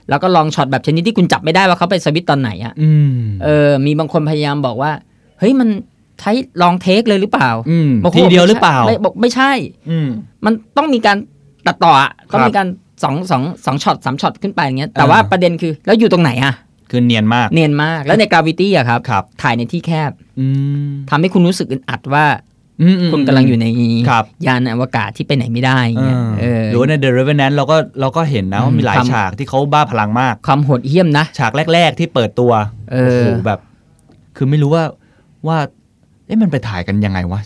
Speaker 3: แล้วก็ลองช็อตแบบชนิดที่คุณจับไม่ได้ว่าเขาไปสวิตช์ตอนไหนอะ
Speaker 2: อืม
Speaker 3: เออมีบางคนพยายามบอกว่า เฮ้ยมันใช้ลองเทคเลยหรือเปล่า
Speaker 2: อืม
Speaker 3: บางคน
Speaker 2: ที
Speaker 3: บอก
Speaker 2: เดียวหรือเปล่า
Speaker 3: ไม่บอกไม่ใช่
Speaker 2: อืม
Speaker 3: มันต้องมีการตัดต่ออะต้อง
Speaker 2: ครับ
Speaker 3: มีการสองสองสองช็อตสามช็อตขึ้นไปอย่างเงี้ยแต่
Speaker 2: เออ
Speaker 3: ว่าประเด็นคือแล้วอยู่ตรงไหนอะ
Speaker 2: คือเนียนมาก
Speaker 3: เนียนมากแล้วในกราวิตี้อะครับ
Speaker 2: ครับ
Speaker 3: ถ่ายในที่แคบ
Speaker 2: อืม
Speaker 3: ทำให้คุณรู้สึกอึดอัดว่า
Speaker 2: อืมอืม
Speaker 3: คุณกำลังอยู่ใน
Speaker 2: ครับ
Speaker 3: ยานอวกาศที่ไปไหนไม่ได้อย่างเงี้ย
Speaker 2: เอ
Speaker 3: เอ
Speaker 2: อ
Speaker 3: อ
Speaker 2: หรือว่าใน The Revenant เราก็เราก็เห็นนะ
Speaker 3: อืม
Speaker 2: ว่ามีหลาย
Speaker 3: ความ
Speaker 2: ฉากที่เขาบ้าพลังมาก
Speaker 3: ความโหดเหี้ยมนะ
Speaker 2: ฉากแรก ๆ ที่เปิดตัว
Speaker 3: เอ
Speaker 2: โอ้
Speaker 3: อ
Speaker 2: โหแบบ คือไม่รู้ว่าว่าเอ๊ะมันไปถ่ายกันยังไงวะ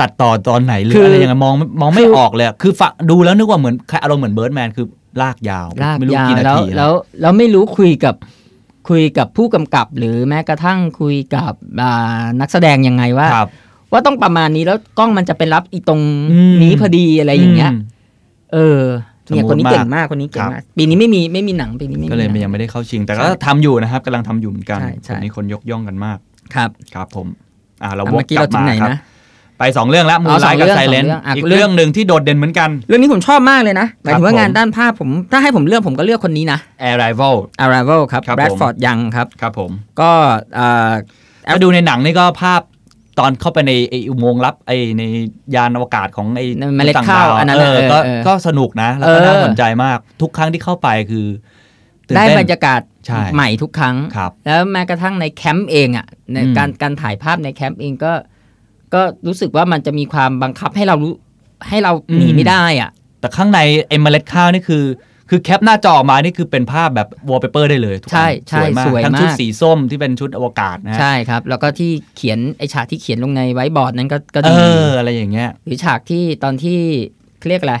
Speaker 2: ตัดต่อตอนไหนหรือ
Speaker 3: คือ
Speaker 2: อะไรยังไงมองมองไม่
Speaker 3: คือ
Speaker 2: ออกเลยอะคือฝะดูแล้วนึกว่าเหมือนอารมณ์เหมือนเบิร์ดแมนคือลากยาว
Speaker 3: ลาก
Speaker 2: ไม่รู้
Speaker 3: ยาว
Speaker 2: กี่นา
Speaker 3: แล้ว
Speaker 2: ทีนะ
Speaker 3: แล้วแล้วไม่รู้คุยกับคุยกับผู้กำกับ หรือแม้กระทั่งคุยกับอ่านักแสดงยังไงว่า
Speaker 2: ครับ
Speaker 3: ว่าต้องประมาณนี้แล้วกล้องมันจะไปรับอีตรง
Speaker 2: อืม
Speaker 3: นี้พอดีอะไรอย่างเงี้ย
Speaker 2: ม
Speaker 3: เออเนี่ย
Speaker 2: สมูท
Speaker 3: คนนี้เก่
Speaker 2: มาม
Speaker 3: งาก กคนนี้เก่ง
Speaker 2: ครั
Speaker 3: มา
Speaker 2: บ
Speaker 3: กปีนี้ไม่มีไม่มีหนังปีนี้ไม่มี
Speaker 2: ก็เลย
Speaker 3: หนั
Speaker 2: ยังไม่ได้เข้าชิง แต่ก็
Speaker 3: ใช่
Speaker 2: ทำอยู่นะครับกำลังทำอยู่เหมือนกัน
Speaker 3: ใช่
Speaker 2: ค
Speaker 3: ใช่
Speaker 2: นนี้คนยกย่องกันมาก
Speaker 3: ครับ
Speaker 2: ครับผม อ่าเรา
Speaker 3: อ่ะ
Speaker 2: วก
Speaker 3: เมื่อกี้
Speaker 2: กลั
Speaker 3: เรา
Speaker 2: บ
Speaker 3: ถึ
Speaker 2: มาง
Speaker 3: ไหน
Speaker 2: ครับ
Speaker 3: นะ
Speaker 2: ไป 2 เรื่องแล้วมู
Speaker 3: เอา
Speaker 2: ไล
Speaker 3: สอง
Speaker 2: กับ
Speaker 3: เรื่อง
Speaker 2: ไซเลน
Speaker 3: สองเรื่องอ่ะ
Speaker 2: อีก
Speaker 3: เรื่อง
Speaker 2: เรื่องหนึ่งที่โดดเด่นเหมือนกัน
Speaker 3: เรื่องนี้ผมชอบมากเลยนะหมายถึง
Speaker 2: ค
Speaker 3: ว่า
Speaker 2: รับ
Speaker 3: งานด้านภาพผมถ้าให้ผมเลือกผมก็เลือกคนนี้นะ
Speaker 2: Air Rival
Speaker 3: Arrival ครับ
Speaker 2: ครับผม
Speaker 3: Bradford Young ครับ
Speaker 2: ครับผม
Speaker 3: ก็เอ่อ
Speaker 2: ถ้าดูในหนังนี่ก็ภาพตอนเข้าไปในไอ้อุโมงค์ลับไอ้ในยานอวกาศของไอ้
Speaker 3: ในเมล็ด
Speaker 2: ต่ง
Speaker 3: ข้าว
Speaker 2: ด
Speaker 3: อันนั้นน่ะ
Speaker 2: เออ
Speaker 3: เออ
Speaker 2: ก็
Speaker 3: เออ
Speaker 2: ก็สนุกนะ แล้วก็
Speaker 3: เออ
Speaker 2: น่าสนใจมากทุกครั้งที่เข้าไปคือตื่น
Speaker 3: ได้
Speaker 2: เต้น
Speaker 3: บรรยากาศ
Speaker 2: ใช่
Speaker 3: ใหม่ทุกครั้ง
Speaker 2: ครับ
Speaker 3: แล้วแม้กระทั่งในแคมป์เองอ่ะใน
Speaker 2: อืม
Speaker 3: การการถ่ายภาพในแคมป์เองก็ ก็รู้สึกว่ามันจะมีความบังคับให้เรารู้ให้เราหนีไม่ได้อ่ะ
Speaker 2: แต่ข้างในไอ้เมล็ดข้าวนี่คือ คือแคปหน้าจอออกมานี่คือเป็นภาพแบบวอลเปเปอร์ได้เลยทุกอัน
Speaker 3: ใช่ใช่สวย
Speaker 2: ทั้งชุด
Speaker 3: มาก
Speaker 2: สีส้มที่เป็นชุดอวกาศนะฮะ
Speaker 3: ใช่ครับ แล้วก็ที่เขียนไอฉากที่เขียนลงในไว้บอร์ดนั้นก็ก็
Speaker 2: เอ
Speaker 3: ดี
Speaker 2: ออะไรอย่างเงี้ย
Speaker 3: หรือฉากที่ตอนที่เขาเรียกอะไร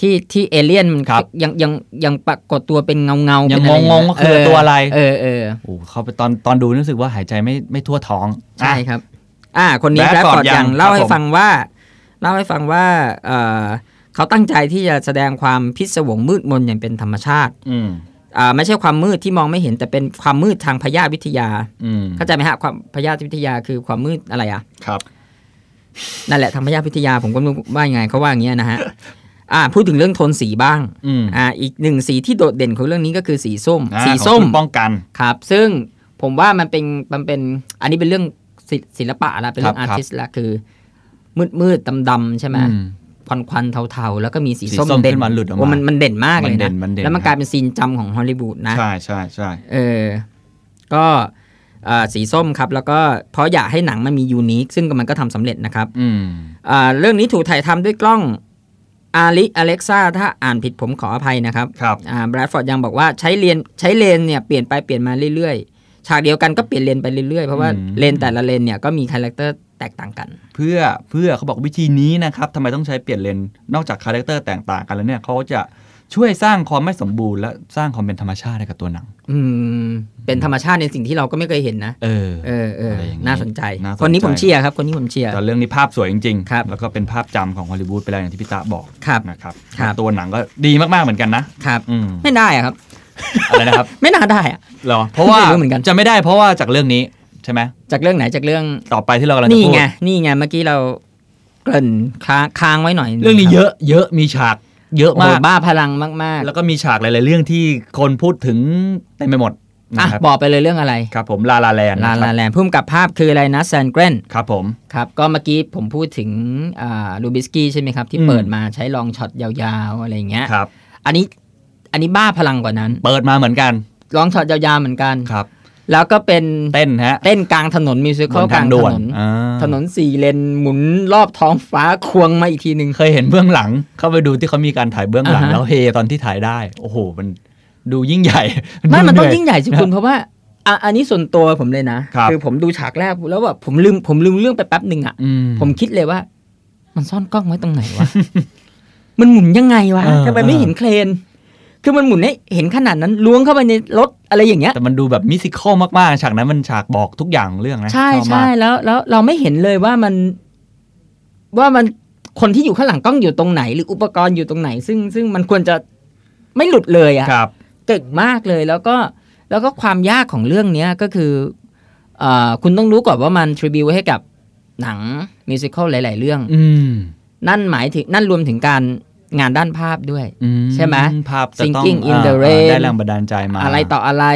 Speaker 3: ที่ที่เอเลี่ยนมัน
Speaker 2: ครับ
Speaker 3: ยังยังยังปรากฏตัวเป็นเงาเงาๆ
Speaker 2: ยัง
Speaker 3: เป็นอะไร
Speaker 2: งงๆว่าคือตัวอะไร
Speaker 3: เออเออ
Speaker 2: โอ้เข้าไปตอนตอนดูรู้สึกว่าหายใจไม่ไม่ทั่วท้อง
Speaker 3: ใช่
Speaker 2: อ่ะ
Speaker 3: ครับ อ่า คนนี้แรป
Speaker 2: Bradford
Speaker 3: กอด
Speaker 2: ยัง
Speaker 3: ยัง
Speaker 2: ค
Speaker 3: เล่า
Speaker 2: รับ
Speaker 3: ให้
Speaker 2: ผม
Speaker 3: ฟังว่า เล่าให้ฟังว่าเออเขาตั้งใจที่จะแสดงความพิศวงมืดมนอย่างเป็นธรรมชาติ
Speaker 2: อืม
Speaker 3: อ่าไม่ใช่ความมืดที่มองไม่เห็นแต่เป็นความมืดทางพยาธิวิทยา
Speaker 2: อืม
Speaker 3: เข้าใจไหมฮะความพยาธิวิทยาคือความมืดอะไรอ่ะ
Speaker 2: ครับ
Speaker 3: นั่นแหละทางพยาธิวิทยาผมก็ไม่รู้ว่ายังไงเขาว่าอย่างเงี้ยนะฮะ อ่า พูดถึงเรื่องโทนสีบ้าง
Speaker 2: อืม
Speaker 3: อ่า อีกหนึ่งสีที่โดดเด่นของเรื่องนี้ก็คือสีส้ม
Speaker 2: อ่ะ
Speaker 3: สี
Speaker 2: ของ
Speaker 3: ส้ม
Speaker 2: ชุดป้องกัน
Speaker 3: ครับ ซึ่งผมว่ามันเป็นมันเป็นอันนี้เป็นเรื่องศิศิลปะละเป็นเรื่อง
Speaker 2: ครับ
Speaker 3: อาร์ติสต์ละคือ มืดมืดดำดำๆใช่ไหม
Speaker 2: อืม
Speaker 3: ควันควันๆเทาๆ แล้วก็มีสี
Speaker 2: สี
Speaker 3: ส้ม
Speaker 2: ส้ม
Speaker 3: เด่น
Speaker 2: ขึ้นมาหลุดออกมา
Speaker 3: โมันมันเด่นมากเลย
Speaker 2: มันเด่
Speaker 3: นะ
Speaker 2: นมันเด่น
Speaker 3: แล้วมันกลายเป็นซีนจำของฮอลลีวูดนะ
Speaker 2: ใช่ใช่ใช่
Speaker 3: เออ ก็เอ่อสีส้มครับ แล้วก็เพราะอยากให้หนังมันมียูนิคซึ่งมันก็ทำสำเร็จนะครับ
Speaker 2: อืม
Speaker 3: อ่าเรื่องนี้ถูกถ่ายทำด้วยกล้องอาลิอเล็กซ่าถ้าอ่านผิดผมขออภัยนะครับ
Speaker 2: ครับ
Speaker 3: แบรดฟอร์ดยังบอกว่าใช้เลนใช้เลนเนี่ยเปลี่ยนไปเปลี่ยนมาเรื่อยๆ ฉากเดียวกันก็เปลี่ยนเลนไปเรื่อยๆ เพราะว่า
Speaker 2: อืม
Speaker 3: เลนแต่ละเลนเนี่ยก็มีคาแรคเตอร์แตกต่างกัน
Speaker 2: เพื่อเพื่อเขาบอกวิธีนี้นะครับทำไมต้องใช้เปลี่ยนเลนส์นอกจากคาแรคเตอร์แตกต่างกันแล้วเนี่ยเขาจะช่วยสร้างความไม่สมบูรณ์และสร้างความเป็นธรรมชาติให้กับตัวหนัง
Speaker 3: อืมเป็นธรรมชาติในสิ่งที่เราก็ไม่เคยเห็นนะ
Speaker 2: เออ
Speaker 3: เออเออ
Speaker 2: อะไรอย่างนี้
Speaker 3: น่าสนใจ
Speaker 2: น่าสนใจ
Speaker 3: คนนี้ผมเชียร์ครับ คนนี้ผมเชียร์
Speaker 2: แต่เรื่องนี้ภาพสวยจริงๆ
Speaker 3: ครับ
Speaker 2: แล้วก็เป็นภาพจำของฮอลลีวูดไปแล้วอย่างที่พี่ตาบอก
Speaker 3: ครับ
Speaker 2: นะครับ
Speaker 3: ครับ
Speaker 2: ตัวหนังก็ดีมากๆเหมือนกันนะครับ อื ม
Speaker 3: ไม่ได้อะครับ
Speaker 2: อะไรนะครับ
Speaker 3: ไม่น่าได้อะ
Speaker 2: เหรอเพราะว่า
Speaker 3: ไม่รู้เหมือนกัน
Speaker 2: จะไม่ได้เพราะว่าจากเรื่องนี้ใช่ไหม
Speaker 3: จากเรื่องไหนจากเรื่อง
Speaker 2: ต่อไปที่เรากำลังจะ
Speaker 3: นี่
Speaker 2: พูด
Speaker 3: ไงนี่ไงเมื่อกี้เราเกริ่นค้างค้างไว้หน่อย
Speaker 2: เรื่องนี้เยอะเยอะมีฉากเยอะ
Speaker 3: โอ้โห
Speaker 2: มาก
Speaker 3: บ้าพลังมากๆ
Speaker 2: แล้วก็มีฉากหลาย ๆ เรื่องที่คนพูดถึงเต็มไปหมด
Speaker 3: อ่ะ
Speaker 2: นะครับ
Speaker 3: บอกไปเลยเรื่องอะไร
Speaker 2: ครับผมลาลาแลน
Speaker 3: ลาลาแลนพุ่มกับภาพคืออะไรนะแซนเกรน
Speaker 2: ครับผม
Speaker 3: ครับ ก็เมื่อกี้ผมพูดถึงลูบิสกี้ใช่ไหมครับ ที่
Speaker 2: อืม
Speaker 3: เปิดมาใช้ลองช็อตยาวๆ อะไรอย่างเงี้ย
Speaker 2: ครับ
Speaker 3: อันนี้อันนี้บ้าพลังกว่านั้น
Speaker 2: เปิดมาเหมือนกัน
Speaker 3: ลองช็อตยาวๆ เหมือนกัน
Speaker 2: ครับ
Speaker 3: แล้วก็เป็น
Speaker 2: เต้นฮะ
Speaker 3: เต้นกลางถนนมิวสิค
Speaker 2: บน
Speaker 3: ก
Speaker 2: ทา
Speaker 3: ลาง ง
Speaker 2: ด่
Speaker 3: ถ
Speaker 2: วน
Speaker 3: นน
Speaker 2: อ่า
Speaker 3: ถนนสี่เลนหมุนรอบท้องฟ้าควงมาอีกทีหนึ่ง
Speaker 2: เคยเห็นเบื้องหลัง เข้าไปดูที่เขามีการถ่ายเบื้องหลัง
Speaker 3: อ่าฮะ
Speaker 2: แล้วเฮตอนที่ถ่ายได้ โอ้โห มันดูยิ่งใหญ่
Speaker 3: ไม่มันต้องยิ่งใหญ่สิคุณ เพราะว่าอ่ะอันนี้ส่วนตัวผมเลยนะครับ อผมดูฉากแรกแล้วแบบผมลืมผมลืมเรื่องไปแป๊บหนึ่งอ่ะ
Speaker 2: อืม
Speaker 3: ผมคิดเลยว่า มันซ่อนกล้องไว้ตรงไหน วะ มันหมุนยังไงวะ
Speaker 2: เออ
Speaker 3: ทำไมไม่เห็นเครน คือมันหมุนให้เห็นขนาดนั้นล้วงเข้าไปในรถอะไรอย่างเงี้ย
Speaker 2: แต่มันดูแบบมิวสิคอลมาก ๆ ฉากนั้นมันฉากบอกทุกอย่างเรื่องนะ
Speaker 3: ใช่
Speaker 2: อบมา
Speaker 3: ใช่
Speaker 2: ก
Speaker 3: แล้วแล้วเราไม่เห็นเลยว่ามัน ว่ามันคนที่อยู่ข้างหลังกล้องอยู่ตรงไหน หรืออุปกรณ์อยู่ตรงไหน ซึ่งซึ่งมันควรจะไม่หลุดเลยอะ
Speaker 2: ครับ
Speaker 3: เก่งมากเลยแล้วก็แล้วก็ความยากของเรื่องเนี้ยก็คือเออคุณต้องรู้ก่อนว่ามันทริบิวให้กับหนังมิวสิควลหลาย ๆ เรื่อง
Speaker 2: อืม
Speaker 3: นั่นหมายถึงนั่นรวมถึงการงานด้านภาพด้วย
Speaker 2: อื
Speaker 3: ใช่ไหม
Speaker 2: ภาพจะต้อง
Speaker 3: Singing in the
Speaker 2: อ่า
Speaker 3: Rain
Speaker 2: ได้แรงบันดาลใจมา
Speaker 3: อะไรต่ออะไร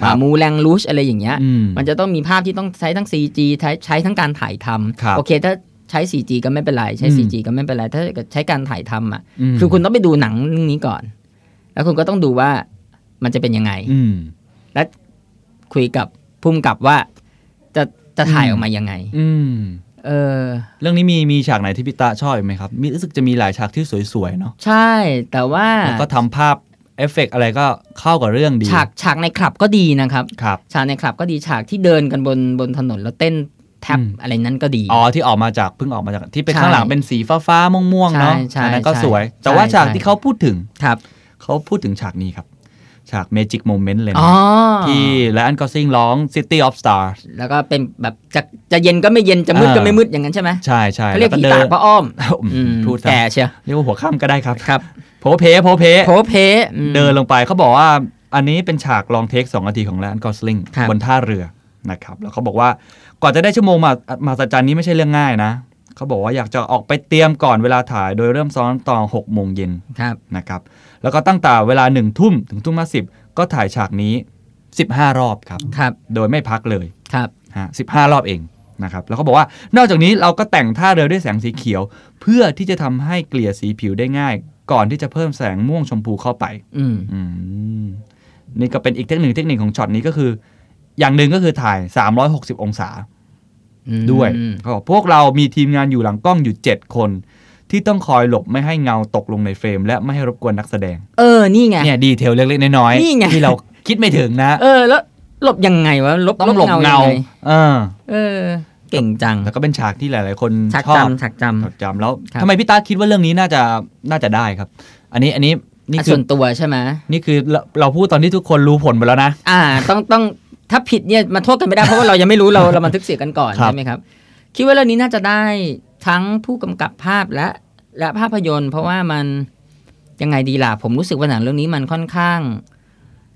Speaker 2: ครับ
Speaker 3: หมามูแรงลูชอะไรอย่างเงี้ย
Speaker 2: อืม
Speaker 3: มันจะต้องมีภาพที่ต้องใช้ทั้ง CG ใช้ใช้ทั้งการถ่ายท
Speaker 2: ครับ
Speaker 3: ำโอเค ถ้าใช้ 4G ก็ไม่เป็นไรใช้ 4G ก็ไม่เป็นไรถ้าเกิดใช้การถ่ายทำอ่ะ
Speaker 2: ม
Speaker 3: คือคุณต้องไปดูหนังเรื่องนี้ก่อน แล้วคุณก็ต้องดูว่ามันจะเป็นยังไง
Speaker 2: อืม
Speaker 3: คุยกับพุ่มกับว่าจะจะถ่ายออกมายังไง
Speaker 2: อืม
Speaker 3: เออ
Speaker 2: เรื่องนี้มีมีฉากไหนที่พี่ตาชอบอีกไหมครับ มีรู้สึกจะมีหลายฉากที่สวย ๆ เนาะ
Speaker 3: ใช่ แต่ว่า
Speaker 2: แล้วก็ทำภาพเอฟเฟกต์อะไรก็เข้ากับเรื่องดี
Speaker 3: ฉากฉากในคลับก็ดีนะครับ
Speaker 2: ครับ
Speaker 3: ฉากในคลับก็ดีฉากที่เดินกันบนบนถนนแล้วเต้นแท็บ
Speaker 2: อืม
Speaker 3: อะไรนั้นก็ดี
Speaker 2: อ๋อที่ออกมาจากเพิ่งออกมาจากที่เป็น
Speaker 3: ใช่
Speaker 2: ข้างหลังเป็นสีฟ้าฟ้าๆม่วงๆเนาะ
Speaker 3: ใช่ใช่
Speaker 2: อันนั้นก็
Speaker 3: ใช่
Speaker 2: สวย แต่
Speaker 3: ใช่
Speaker 2: ว่าฉาก
Speaker 3: ใช่
Speaker 2: ที่เขาพูดถึง
Speaker 3: ครับ
Speaker 2: เขาพูดถึงฉากนี้ครับ ฉากเมจิกโมเมนต์เลย
Speaker 3: อ๋
Speaker 2: นะ
Speaker 3: อ
Speaker 2: ที่ไลออนกอสซิงร้อง City of Stars
Speaker 3: แล้วก็เป็นแบบจะจะเย็นก็ไม่เย็นจะมืด
Speaker 2: เออ
Speaker 3: ก็ไม่มืดอย่างนั้นใช่ไหม
Speaker 2: ใช่ใช่
Speaker 3: เขาเรียก
Speaker 2: แล้ว
Speaker 3: ผี
Speaker 2: ดิ
Speaker 3: ตาน กป้าอ้อม
Speaker 2: อืมพูดซะ
Speaker 3: แก่เชียว
Speaker 2: เรียกว่าหัวข้ามก็ได้ครับ
Speaker 3: ครับ
Speaker 2: โพเพโพเพ
Speaker 3: โพเพอืม
Speaker 2: เดินลงไปเขาบอกว่าอันนี้เป็นฉากลองเทคสองนาทีของแลนกอสลิง
Speaker 3: ครับ
Speaker 2: บนท่าเรือนะครับ แล้วเขาบอกว่ากว่อนจะได้ชั่วโมงมามาสจรรย์นี้ไม่ใช่เรื่องง่ายนะ เขาบอกว่าอยากจะออกไปเตรียมก่อนเวลาถ่ายโดยเริ่มซ้อมตอน6โมงเย็น
Speaker 3: ครับ
Speaker 2: นะครับ แล้วก็ตั้งแต่เวลา 1 ทุ่มถึงทุ่มห้าสิบก็ถ่ายฉากนี้ 15 รอบครับ
Speaker 3: ครับ
Speaker 2: โดยไม่พักเลย
Speaker 3: ครับ
Speaker 2: ฮะสิรอบเองนะครับแล้วเขาบอกว่านอกจากนี้เราก็แต่งท่าเรือด้วยแสงสีเขียว เพื่อที่จะทำให้เกลี่ยสีผิวได้ง่าย ก่อนที่จะเพิ่มแสงม่วงชมพูเข้าไป
Speaker 3: อืม
Speaker 2: อืมนี่ก็เป็นอีกเทคนิคเทคนิคของช็อตนี้ก็คือ อย่างหนึ่งก็คือถ่าย 360 องศาด้วย
Speaker 3: อืม
Speaker 2: เขาบอกพวกเรามีทีมงานอยู่หลังกล้องอยู่ 7 คน ที่ต้องคอยหลบไม่ให้เงาตกลงในเฟรม และไม่ให้รบกวนนักแสดง
Speaker 3: เออ นี่ไง
Speaker 2: เนี่ยดีเทลเล็ก ๆ น้อย
Speaker 3: นี่ไง
Speaker 2: ๆที่เราคิดไม่ถึงนะ
Speaker 3: เออ แล้วหลบยังไงวะ ลบ
Speaker 2: ต้องหลบ
Speaker 3: ยั
Speaker 2: เงา
Speaker 3: ไ
Speaker 2: เออ
Speaker 3: เออ เก่งจัง
Speaker 2: แล้วก็เป็นฉากที่หลาย ๆ คน
Speaker 3: ฉาก
Speaker 2: ชอบ
Speaker 3: จำฉากจ
Speaker 2: จดจำแล้ว
Speaker 3: ครับ
Speaker 2: ทำไมพี่ตาคิดว่าเรื่องนี้น่าจะน่าจะได้ครับ อันนี้อันนี้
Speaker 3: ำ
Speaker 2: นี่
Speaker 3: อ่ะ
Speaker 2: คื
Speaker 3: ส่
Speaker 2: อ
Speaker 3: วนตัวใช่ไหม
Speaker 2: นี่คือเราเราพูดตอนที่ทุกคนรู้ผลหมดแล้วนะ
Speaker 3: อ่า ต้องต้องถ้าผิดเนี่ยมาโทษกันไม่ได้เพราะว่าเรายังไม่รู้เราเรา บันทึกเสียงกันก่อน
Speaker 2: ครับ
Speaker 3: ใช่ไหมครับ คิดว่าเรื่องนี้น่าจะได้ทั้งผู้กำกับภาพและและภาพยนตร์ เพราะว่ามันยังไงดีล่ะ ผมรู้สึกว่าหนังเรื่องนี้มันค่อนข้าง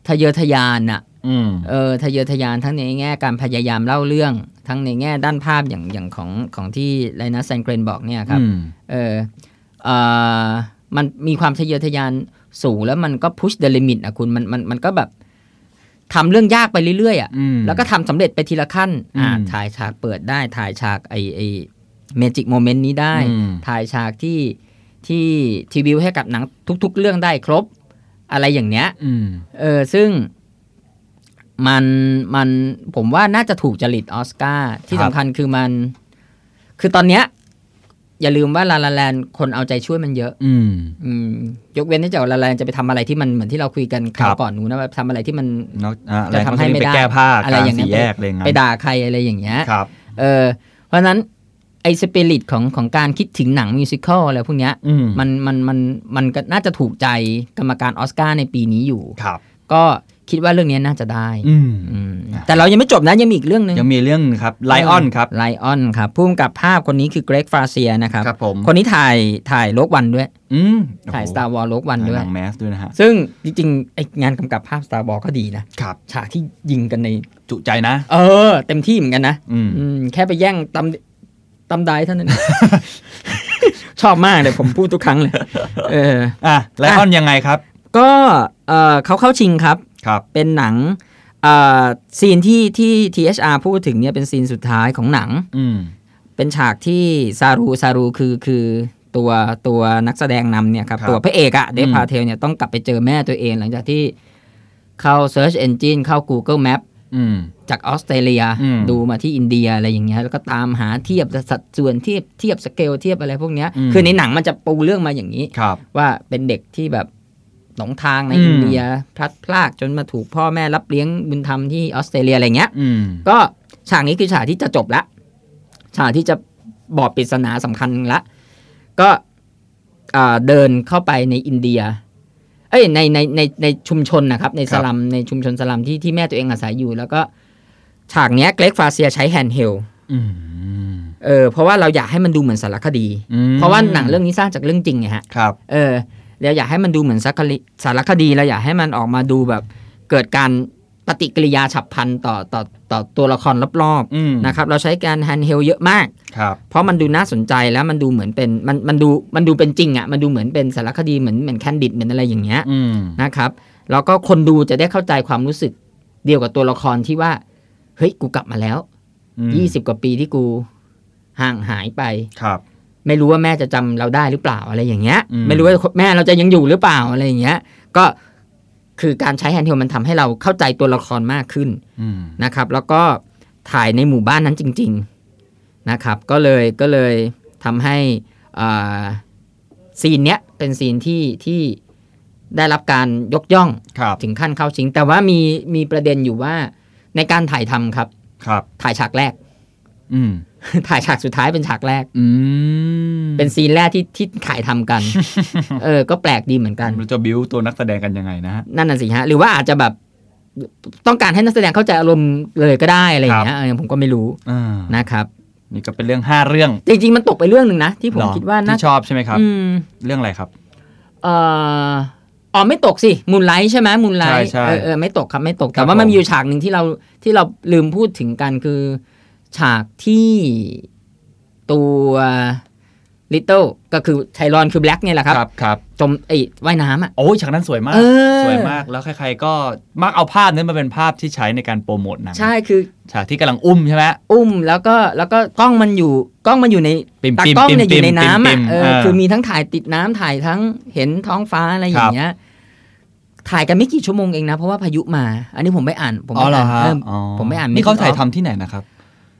Speaker 3: ทะเยอทะยานอะ
Speaker 2: อืม
Speaker 3: เออทะเยอทะยานทั้งในแง่การพยายามเล่าเรื่อง ทั้งในแง่ด้านภาพอย่างอย่างของของที่ไลนาแซนเกรนบอกเนี่ยครับ
Speaker 2: อืม
Speaker 3: เออเอ่อมันมีความทะเยอทะยานสูงแล้วมันก็พุชเดลิมิตอ่ะคุณมันมันมันก็แบบทำเรื่องยากไปเรื่อยๆอ่ะ
Speaker 2: อืม
Speaker 3: แล้วก็ทำสำเร็จไปทีละขั้นอ่า
Speaker 2: อืม
Speaker 3: ถ่ายฉากเปิดได้ถ่ายฉากไอไอเมจิกโมเมนต์นี้ได้
Speaker 2: อืม
Speaker 3: ถ่ายฉากที่ที่ทีวิวให้กับหนังทุก ๆ เรื่องได้ครบอะไรอย่างเนี้ย
Speaker 2: อืม
Speaker 3: เออซึ่งมันมันผมว่าน่าจะถูกจริตออสการ์ที่
Speaker 2: ครับ
Speaker 3: สำคัญคือมัน คือตอนเนี้ย อย่าลืมว่าลาลาแลนคนเอาใจช่วยมันเยอะ
Speaker 2: อืม
Speaker 3: อืม ยกเว้นที่จะลาลาแลนจะไปทำอะไรที่มันเหมือนที่เราคุยกันค
Speaker 2: ครั
Speaker 3: ราว
Speaker 2: บ
Speaker 3: ก่อนนู้นนะแบบทำอะไรที่มัน
Speaker 2: เนาะอ่ะ
Speaker 3: จะทำให้ไม่ได้
Speaker 2: ปแก้ผ้า
Speaker 3: อะไรอย่างนั้
Speaker 2: กล
Speaker 3: น
Speaker 2: สี่แยกอะไรอย่าง
Speaker 3: ไป
Speaker 2: เงี้ย
Speaker 3: ด่าใครอะไรอย่างเงี้ย
Speaker 2: ครับ
Speaker 3: เออเพราะฉะนั้นไอ้สปิริตของของการคิดถึงหนังมิวสิควลอะไรพวกเนี้ย
Speaker 2: อืม
Speaker 3: มันมันมันมันก็น่าจะถูกใจกรรมการออสการ์ในปีนี้อยู่
Speaker 2: ครับ
Speaker 3: ก็คิดว่าเรื่องเนี้ยน่าจะได้
Speaker 2: อืม
Speaker 3: อืมแต่เรายังไม่จบนะ ยังมีอีกเรื่องหนึ่ง
Speaker 2: ยังมีเรื่องครับไลออนครับ
Speaker 3: ไลออนครับพุ่มกับภาพคนนี้คือเกรกฟาเซียนะครับ
Speaker 2: ครับผม
Speaker 3: คนนี้ถ่ายถ่ายโลกวันด้วย
Speaker 2: อืม
Speaker 3: ถ่าย Star Wars โลกวันด้วย
Speaker 2: หนังแมสด้วยนะฮะ
Speaker 3: ซึ่งจริงๆไองานกำกับภาพ Star Wars ก็ดีนะ
Speaker 2: ครับ
Speaker 3: ฉากที่ยิงกันใน
Speaker 2: จุใจนะ
Speaker 3: เออ เต็มที่เหมือนกันนะ
Speaker 2: อืม
Speaker 3: อืมแค่ไปแย่งตำตำได้เท่านั้น ชอบมากเลยผมพูดทุกครั้งเลย เออ
Speaker 2: อ่ะไลออนยังไงครับ
Speaker 3: ก็เออเขาเข้าชิงครับ
Speaker 2: ครับ
Speaker 3: เป็นหนังเอ่อซีนที่ที่ THR พูดถึงเนี่ยเป็นซีนสุดท้ายของหนัง
Speaker 2: อืม
Speaker 3: เป็นฉากที่ซารูซารูคือคือตัวตัวนักแสดงนำเนี่ยครับ
Speaker 2: ครับ
Speaker 3: ตัวพระเอกอะเดฟ
Speaker 2: อืม
Speaker 3: พาเทลเนี่ยต้องกลับไปเจอแม่ตัวเองหลังจากที่เข้า Search Engine เข้า Google Map
Speaker 2: อืม
Speaker 3: จากออสเตรเลีย
Speaker 2: อืม
Speaker 3: ดูมาที่อินเดียอะไรอย่างเงี้ยแล้วก็ตามหาเทียบสัดส่วนเทียบเทียบสเกลเทียบอะไรพวกเนี้ยคือในหนังมันจะปูเรื่องมาอย่างนี้
Speaker 2: ครับ
Speaker 3: ว่าเป็นเด็กที่แบบหลงทางใน
Speaker 2: อืม
Speaker 3: อินเดียพลัดพรากจนมาถูกพ่อแม่รับเลี้ยงบุญธรรมที่ออสเตรเลียอะไรเงี้ย
Speaker 2: อืม
Speaker 3: ก็ฉากนี้คือฉากที่จะจบละฉากที่จะบอกปริศนาสำคัญละก็อ่าเดินเข้าไปในอินเดีย เอ้ยในในในในชุมชนนะครับ ใน
Speaker 2: ค
Speaker 3: ส
Speaker 2: รับ
Speaker 3: ลัมในชุมชนสลัมที่ที่แม่ตัวเองอาศัยอยู่ แล้วก็ฉากเนี้ยเกรกฟาเซียใช้แฮนด์เฮล
Speaker 2: อืม
Speaker 3: เออเพราะว่าเราอยากให้มันดูเหมือนสารคดี
Speaker 2: อืม
Speaker 3: เพราะว่าหนังเรื่องนี้สร้างจากเรื่องจริงไงฮะ
Speaker 2: ครับ
Speaker 3: เออเราอยากให้มันดูเหมือนสารคดีสารคดีเราอยากให้มันออกมาดูแบบเกิดการปฏิกิริยาฉับพลันต่อต่อต่อตัวละครรอบ
Speaker 2: อืม
Speaker 3: ๆนะครับเราใช้การแฮนด์เฮลเยอะมาก
Speaker 2: ครับ
Speaker 3: เพราะมันดูน่าสนใจแล้วมันดูเหมือนเป็นมันมันดูมันดูเป็นจริงอะ่ะมันดูเหมือนเป็นสารคดีเหมือนเหมือนแคนดิดเหมือนอะไรอย่างเงี้ย
Speaker 2: อืม
Speaker 3: นะครับแล้วก็คนดูจะได้เข้าใจความรู้สึกเดียวกับตัวละครที่ว่าเฮ้ยกูกลับมาแล้ว
Speaker 2: อืม
Speaker 3: ยี่สิบกว่าปีที่กูห่างหายไป
Speaker 2: ครับ
Speaker 3: ไม่รู้ว่าแม่จะจำเราได้หรือเปล่าอะไรอย่างเงี้ย
Speaker 2: อืม
Speaker 3: ไม่รู้ว่าแม่เราจะยังอยู่หรือเปล่าอะไรอย่างเงี้ย ก็คือการใช้แฮนด์เฮลมันทำให้เราเข้าใจตัวละครมากขึ้น
Speaker 2: อืม
Speaker 3: นะครับ แล้วก็ถ่ายในหมู่บ้านนั้นจริง ๆนะครับ ก็เลยก็เลยทำให้อ่าซีนเนี้ยเป็นซีนที่ที่ได้รับการยกย่อง
Speaker 2: ครับ
Speaker 3: ถึงขั้นเข้าชิง แต่ว่ามีมีประเด็นอยู่ว่าในการถ่ายทำครับ
Speaker 2: ครับ
Speaker 3: ถ่ายฉากแรก
Speaker 2: อืม
Speaker 3: ถ่ายฉากสุดท้ายเป็นฉากแรก
Speaker 2: อืม
Speaker 3: เป็นซีนแรกที่ที่ขายทำกัน เออ ก็แปลกดีเหมือนกัน
Speaker 2: เราจะบิวตัวนักแสดงกันยังไงนะฮะ
Speaker 3: นั่นน่ะสิฮะ หรือว่าอาจจะแบบต้องการให้นักแสดงเข้าใจอารมณ์เลยก็ได้อะไรอย่างเงี้ยเออผมก็ไม่รู้
Speaker 2: อ่า
Speaker 3: นะครับ
Speaker 2: นี่ก็เป็นเรื่อง 5 เรื่อง
Speaker 3: จริง ๆ มันตกไปเรื่องหนึ่งนะ ที่ผม
Speaker 2: เหรอ
Speaker 3: คิดว่าน่า
Speaker 2: ที่ชอบใช่ไหมครับ
Speaker 3: อืม
Speaker 2: เรื่องอะไรครับ
Speaker 3: เอ่ออ๋อไม่ตกสิมูนไลท์ใช่ไหมมูนไลท์
Speaker 2: ใช่ใช่
Speaker 3: เออเออไม่ตกครับไม่ตก
Speaker 2: ครั
Speaker 3: แต่
Speaker 2: บ
Speaker 3: ว่ามัน
Speaker 2: ผม
Speaker 3: มีอยู่ฉากหนึ่งที่เราที่เราลืมพูดถึงกันคือ ฉากที่ตัว ลิตเติ้ลก็คือไทรอนคือแบล็กเนี่ยแหละครับ
Speaker 2: ครับครับ
Speaker 3: จมไอ้ว่ายน้ำอ่ะ
Speaker 2: โอ้ยฉากนั้นสวยมาก
Speaker 3: เออ
Speaker 2: สวยมากแล้วใครๆก็มักเอาภาพนั้นมาเป็นภาพที่ใช้ในการโปรโมทหนัง
Speaker 3: ใช่คือ
Speaker 2: ฉากที่กำลังอุ้มใช่ไหม
Speaker 3: อุ้มแล้วก็แล้วก็กล้องมันอยู่กล้องมันอยู่ใน
Speaker 2: ปิ่มๆ
Speaker 3: ตากล้องเนี่ยอ
Speaker 2: ปิ่มๆ
Speaker 3: ยู่ในน้ำ
Speaker 2: ปิ่
Speaker 3: อะ
Speaker 2: มๆ
Speaker 3: เออ
Speaker 2: เออ
Speaker 3: คือมีทั้งถ่ายติดน้ำถ่ายทั้งเห็นท้องฟ้าอะไรอย่างเงี้ยถ่ายกันไม่กี่ชั่วโมงเองนะเพราะว่าพายุมา อันนี้ผมไม่อ่านผม
Speaker 2: ๋อ
Speaker 3: ไม่
Speaker 2: เหรอ
Speaker 3: อ่าน
Speaker 2: ฮะ
Speaker 3: เออ
Speaker 2: อ๋อ
Speaker 3: ผมไม่อ่าน
Speaker 2: นี่เขาถ่าย
Speaker 3: making
Speaker 2: ทำที่ไหนนะครับ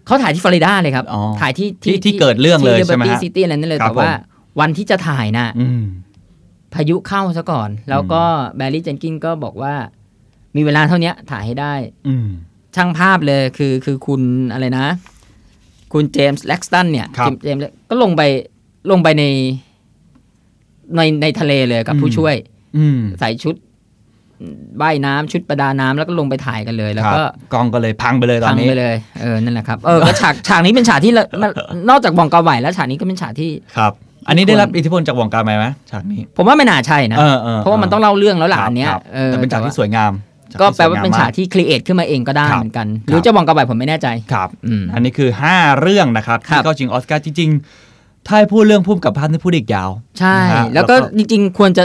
Speaker 3: เขาถ่ายที่ฟลอริดาเลยครับ
Speaker 2: อ๋อ
Speaker 3: ถ่ายที่
Speaker 2: ที่ที่เกิดเรื่องเลยใช่ไหมฮะ
Speaker 3: ซิตี้อะไรนั่นเลย
Speaker 2: ครับ
Speaker 3: แต่ว่า
Speaker 2: ผม
Speaker 3: วันที่จะถ่ายน่ะ
Speaker 2: อืม
Speaker 3: พายุเข้าซะก่อน แล้วก็แบร์รี่เจนกินก็บอกว่า มีเวลาเท่าเนี้ยถ่ายให้ได้
Speaker 2: อืม
Speaker 3: ช่างภาพเลยคือคือคุณอะไรนะ คุณเจมส์แล็กสตันเนี่ย
Speaker 2: ครับ
Speaker 3: เจมส์เจมส์ก็ลงไปลงไปในในในทะเลเลยกับผู้ช่วย
Speaker 2: อืม
Speaker 3: ใส่ชุดว่ายน้ำชุดประดาน้ำแล้วก็ลงไปถ่ายกันเลย แล้วก็
Speaker 2: ครับกองก็เลยพังไปเลยตอ
Speaker 3: พั
Speaker 2: น
Speaker 3: ง
Speaker 2: นี้
Speaker 3: ไปเลยเออนั่นแหละครับเออก็ฉากฉากนี้เป็นฉากที่ละมันนอกจากบองกาไหวแล้วฉากนี้ก็เป็นฉากที่
Speaker 2: ครับ อันนี้ได้รับอิทธิพลจากวงการไหมไหมฉากนี้
Speaker 3: ผมว่าไม่น่าใช่นะ
Speaker 2: เออเออ
Speaker 3: เพราะว่ามันต้องเล่าเรื่องแล้วล่ะอันเนี้ย
Speaker 2: ครับ
Speaker 3: ออ
Speaker 2: แต่เป็นฉากที่สวยงามฉ
Speaker 3: ก็
Speaker 2: ที่
Speaker 3: แปลว่าเป็น
Speaker 2: สยงม
Speaker 3: ฉาก
Speaker 2: ม
Speaker 3: ที่ครีเอทขึ้นมาเองก็ได้
Speaker 2: ครับ
Speaker 3: เหมือนกัน
Speaker 2: ครับ
Speaker 3: หรือจะบองกาไหวผมไม่แน่ใจ
Speaker 2: ครับ
Speaker 3: อืม
Speaker 2: อันนี้คือ 5 เรื่องนะครับ
Speaker 3: ครั
Speaker 2: ที่
Speaker 3: บ
Speaker 2: เข้าชิงออสการ์จริงๆ ถ้าให้พูดเรื่องพุ่มกับภาพนี่พูดอีกยาว
Speaker 3: ใช่
Speaker 2: นะฮะ
Speaker 3: แล้วก็
Speaker 2: แล้วก็
Speaker 3: จริงๆ ควรจะ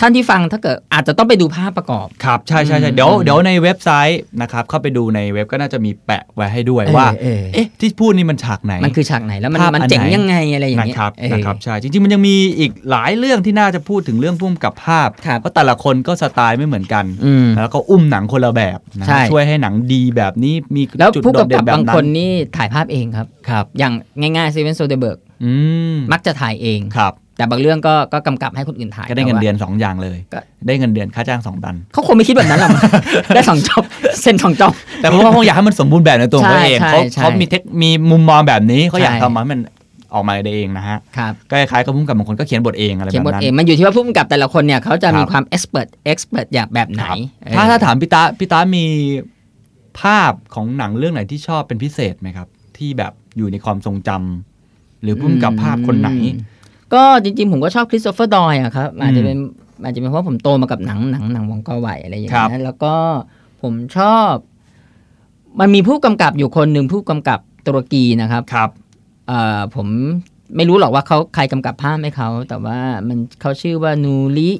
Speaker 3: ท่านที่ฟังถ้าเกิดอาจจะต้องไปดูภาพประกอบ
Speaker 2: ครับ ใช่ใช่ใช่
Speaker 3: อืม
Speaker 2: เดี๋ยวเดี๋ยวในเว็บไซต์นะครับเข้าไปดูในเว็บก็น่าจะมีแปะไว้ให้ด้วย
Speaker 3: เออ
Speaker 2: ว่า
Speaker 3: เออ
Speaker 2: เอ๊ะ ที่พูดนี่มันฉากไหน
Speaker 3: มันคือฉากไหนแล้วมัน
Speaker 2: ภาพ
Speaker 3: มัน
Speaker 2: อันไหน
Speaker 3: เจ๋งยังไงอะไรอย่าง
Speaker 2: นะ
Speaker 3: เงี้ย
Speaker 2: ครับ
Speaker 3: เออ
Speaker 2: นะครับใช่จริงๆ มันยังมีอีกหลายเรื่องที่น่าจะพูดถึงเรื่องพุ่มกับภาพ
Speaker 3: ครับ
Speaker 2: เพราะแต่ละคนก็สไตล์ไม่เหมือนกัน
Speaker 3: อืม
Speaker 2: แล้วก็อุ้มหนังคนละแบบนะ
Speaker 3: ใช่
Speaker 2: ช่วยให้หนังดีแบบนี้มี
Speaker 3: แล้ว
Speaker 2: จุด
Speaker 3: ผู้
Speaker 2: โดด
Speaker 3: กำ
Speaker 2: เด่
Speaker 3: กับ
Speaker 2: นแบบ
Speaker 3: บาง
Speaker 2: นั้
Speaker 3: คน
Speaker 2: น
Speaker 3: นี่ถ่ายภาพเองครับ
Speaker 2: ครับ
Speaker 3: อย่างง่ายๆซีเวนโซเดเบิร์ก
Speaker 2: อืม
Speaker 3: มักจะถ่ายเอง
Speaker 2: ครับ
Speaker 3: แต่บางเรื่องก็ก็กำกับให้คนอื่นถ่าย
Speaker 2: ก็ได้เงิน
Speaker 3: แต่ว่า
Speaker 2: เดือนสองอย่างเลย
Speaker 3: ก็
Speaker 2: ได้เงินเดือนค่าจ้างสองดัน
Speaker 3: เขาคงไม่คิดแบบนั้นหรอก ได้สองจอบเซ็นสองจอบ
Speaker 2: แต่ผมว่าคงอยากให้มันสมบูรณ์แบบในตัวของเขาเอง
Speaker 3: ใช่
Speaker 2: เขา
Speaker 3: ใช่
Speaker 2: เขามีเทคมีมุมมองแบบนี้เขาอยาก
Speaker 3: ใช่
Speaker 2: ทำมาให้มันออกมาได้เองนะฮะ
Speaker 3: ครับ
Speaker 2: ก็คล้ายๆกับพุ่มกับบางคนก็เขียนบทเองอะไรแบ
Speaker 3: เขียน
Speaker 2: บบ
Speaker 3: ท
Speaker 2: นั้น
Speaker 3: เองมันอยู่ที่ว่าผู้กำกับแต่ละคนเนี่ยเขาจะ
Speaker 2: ครับ
Speaker 3: มีความเอ็กซ์เพรสเอ็กซ์เพรสอย่างแบบไหน
Speaker 2: ครับ
Speaker 3: เออ
Speaker 2: ถ้าถ้าถามพี่ตาพี่ตามีภาพของหนังเรื่องไหนที่ชอบเป็นพิเศษไหมครับ ที่แบบอยู่ในความทรงจำหรือพุ่มกับภาพคนไหน
Speaker 3: อืมก็จริงๆ ผมก็ชอบคริสโตเฟอร์ดอยอะครับอาจจะ
Speaker 2: อืม
Speaker 3: เป็นอาจจะเป็นเพราะผมโตมากับหนังหนังหนังวองกาไหวอะไรอย่าง
Speaker 2: ครับ
Speaker 3: เงี้ยแล้วก็ผมชอบ มันมีผู้กำกับอยู่คนหนึ่งผู้กำกับตุรกีนะครับ
Speaker 2: ครับ
Speaker 3: เอ่อผมไม่รู้หรอกว่าเขาใครกำกับภาพให้เขา แต่ว่ามันเขาชื่อว่านูริ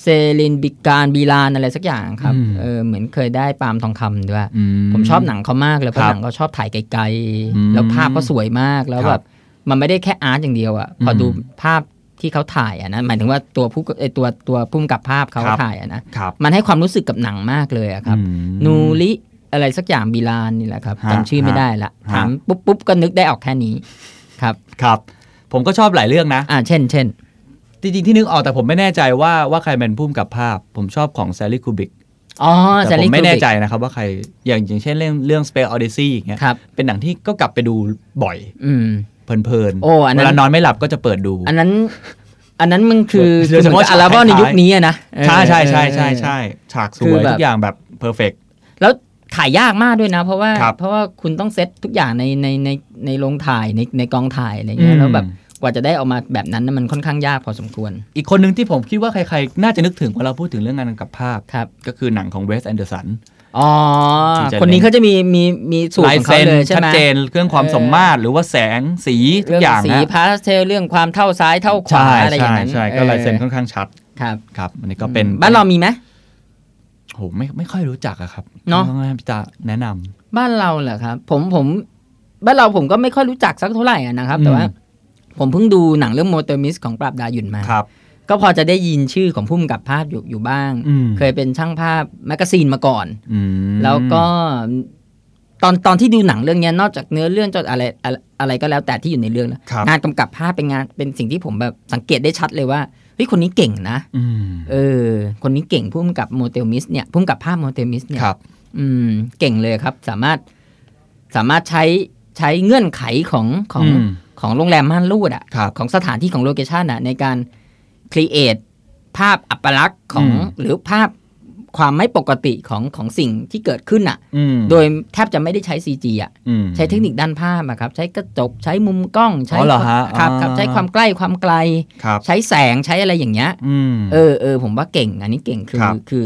Speaker 3: เซลินบิการบีลานอะไรสักอย่างครับเออเหมือนเคยได้ปาล์มทองคำด้วย
Speaker 2: อื
Speaker 3: ผมชอบหนังเขามากเลย
Speaker 2: ค
Speaker 3: เพ
Speaker 2: รั
Speaker 3: ราะ
Speaker 2: บ
Speaker 3: หนังเขาชอบถ่ายไกล
Speaker 2: อืม
Speaker 3: ๆ แล้วภาพก็สวยมากแล้ว
Speaker 2: ครับ
Speaker 3: แบบมันไม่ได้แค่อาร์ตอย่างเดียวอะพออ
Speaker 2: ม
Speaker 3: ดูภาพที่เขาถ่ายอะนะหมายถึงว่าตัวผู้ไอยตัวตัวพุ่มกับภาพเขา
Speaker 2: ครับ
Speaker 3: ถ่ายอะนะครับ มันให้ความรู้สึกกับหนังมากเลยอะครับ
Speaker 2: อืม
Speaker 3: นูริอะไรสักอย่างบิลานนี่แหละครับ
Speaker 2: ฮะ
Speaker 3: จำชื่อไม่ได้ละ
Speaker 2: ฮะ
Speaker 3: ถามปุ๊บปุ๊บก็นึกได้ออกแค่นี้ครับ
Speaker 2: ครับ ผมก็ชอบหลายเรื่องนะ
Speaker 3: อ่าเช่นเช่น
Speaker 2: จริงๆที่นึกออกแต่ผมไม่แน่ใจว่าว่าใครเป็นพุ่มกับภาพ ผมชอบของแซลลี่คูบิก
Speaker 3: อ๋อ
Speaker 2: แต่
Speaker 3: แซ
Speaker 2: ผ
Speaker 3: ลลี่
Speaker 2: มไม่แน่ใจนะครับว่าใครอย่างอย่างเช่นเรื่องเรื่อง Space Odyssey อย่างเงี้ย
Speaker 3: ครับ
Speaker 2: เป็นหนังที่ก็กลับไปดูบ่อย
Speaker 3: อืม
Speaker 2: เพลิน
Speaker 3: โอ้อัน
Speaker 2: เว
Speaker 3: นั้น
Speaker 2: ลานอนไม่หลับก็จะเปิดดู
Speaker 3: อันนั้น อันนั้นมันคือ
Speaker 2: โดยเฉพาะ
Speaker 3: อัลบั้มในยุค
Speaker 2: ฉากท้ายๆ
Speaker 3: นี้อะนะ
Speaker 2: ใช่ใช่ใช่ใช่ใช่ฉากส
Speaker 3: คือ
Speaker 2: วย
Speaker 3: แบบ
Speaker 2: ทุกอย่างแบบเพอร์เฟก
Speaker 3: แล้วถ่ายยากมากด้วยนะ เพราะว่า
Speaker 2: ครับ
Speaker 3: เพราะว่าคุณต้องเซตทุกอย่างในในในในโรงถ่ายในในกองถ่ายอะไรเงี้
Speaker 2: อื
Speaker 3: ย
Speaker 2: ม
Speaker 3: แล้วแบบกว่าจะได้ออกมาแบบนั้นน่ะมันค่อนข้างยากพอสมควร
Speaker 2: อีกคนหนึ่งที่ผมคิดว่าใครๆ น่าจะนึกถึงเวลาพูดถึงเรื่องงานกำกับภาพ
Speaker 3: ครับ
Speaker 2: ก็คือหนังของเวสแอนเดอร์สัน
Speaker 3: อ๋อ
Speaker 2: ที่จะเล่น
Speaker 3: คนนี้เขาจะมีมีมีสูตร
Speaker 2: ลาย
Speaker 3: ของเขา
Speaker 2: เส้น
Speaker 3: เลยใช่
Speaker 2: ชัด
Speaker 3: ไหม
Speaker 2: เจนเครื่องความสมมาตรหรือว่าแสงสีทุ
Speaker 3: เรื่
Speaker 2: ก
Speaker 3: อง
Speaker 2: อย่าง
Speaker 3: สี
Speaker 2: นะ
Speaker 3: พาสเทลเรื่องความเท่าซ้ายเท่าขวา
Speaker 2: ใช่
Speaker 3: อะไรอย่า
Speaker 2: ใช่
Speaker 3: งนั้น
Speaker 2: ใช่ก็ลายเส้นค่อนข้างชัด
Speaker 3: ครับ
Speaker 2: ครับอันนี้ก็เป็น
Speaker 3: บ้านเรามีไหม
Speaker 2: โหไม่ไม่ค่อยรู้จักอะครับ
Speaker 3: เนอะ
Speaker 2: ต้องให้พี่ตาแนะนำ
Speaker 3: บ้านเราเหรอครับ ผมผมบ้านเราผมก็ไม่ค่อยรู้จักสักเท่าไหร่อะนะครับ แต่
Speaker 2: อืม
Speaker 3: ว่า ผมเพิ่งดูหนังเรื่องโมเตอร์มิสของปราบดาหยุ่นมา
Speaker 2: ครับ
Speaker 3: ก็พอจะได้ยินชื่อของผู้กำกับภาพอยู่อยู่บ้าง
Speaker 2: อืม
Speaker 3: เคยเป็นช่างภาพแมกกาซีนมาก่อน
Speaker 2: อืม
Speaker 3: แล้วก็ตอนตอนที่ดูหนังเรื่องเนี้ยนอกจากเนื้อเรื่องจนอะไรอะไรอะไรก็แล้วแต่ที่อยู่ในเรื่องนะครับ งานกำกับภาพเป็นงานเป็นสิ่งที่ผมแบบสังเกตได้ชัดเลยว่าเฮ้ยคนนี้เก่งนะ
Speaker 2: อืม
Speaker 3: เออ คนนี้เก่งผู้กำกับโมเตลมิสเนี่ยผู้กำกับภาพโมเตลมิสเนี่ย
Speaker 2: ครับ
Speaker 3: อืมเก่งเลยครับ สามารถสามารถใช้ใช้เงื่อนไขของของ
Speaker 2: อืม
Speaker 3: ของโรงแรมม่านรูดอะ
Speaker 2: ครับ
Speaker 3: ของสถานที่ของโลเคชันนะในการครีเอทภาพอัปลักษณ์ของ
Speaker 2: อืม
Speaker 3: หรือภาพความไม่ปกติของของสิ่งที่เกิดขึ้นอ่ะ
Speaker 2: อืม
Speaker 3: โดยแทบจะไม่ได้ใช้ CG อ่ะ
Speaker 2: อืม
Speaker 3: ใช้เทคนิคด้านภาพอะครับใช้กระจกใช้มุมกล้องใช้
Speaker 2: อ๋อเหรอฮะ
Speaker 3: ครับ
Speaker 2: อ่า
Speaker 3: ครับใช้ความใกล้ความไกล
Speaker 2: ครับ
Speaker 3: ใช้แสงใช้อะไรอย่างเงี้ย
Speaker 2: อืม
Speaker 3: เออเออผมว่าเก่ง อันนี้เก่งคือ
Speaker 2: ครับ
Speaker 3: คือ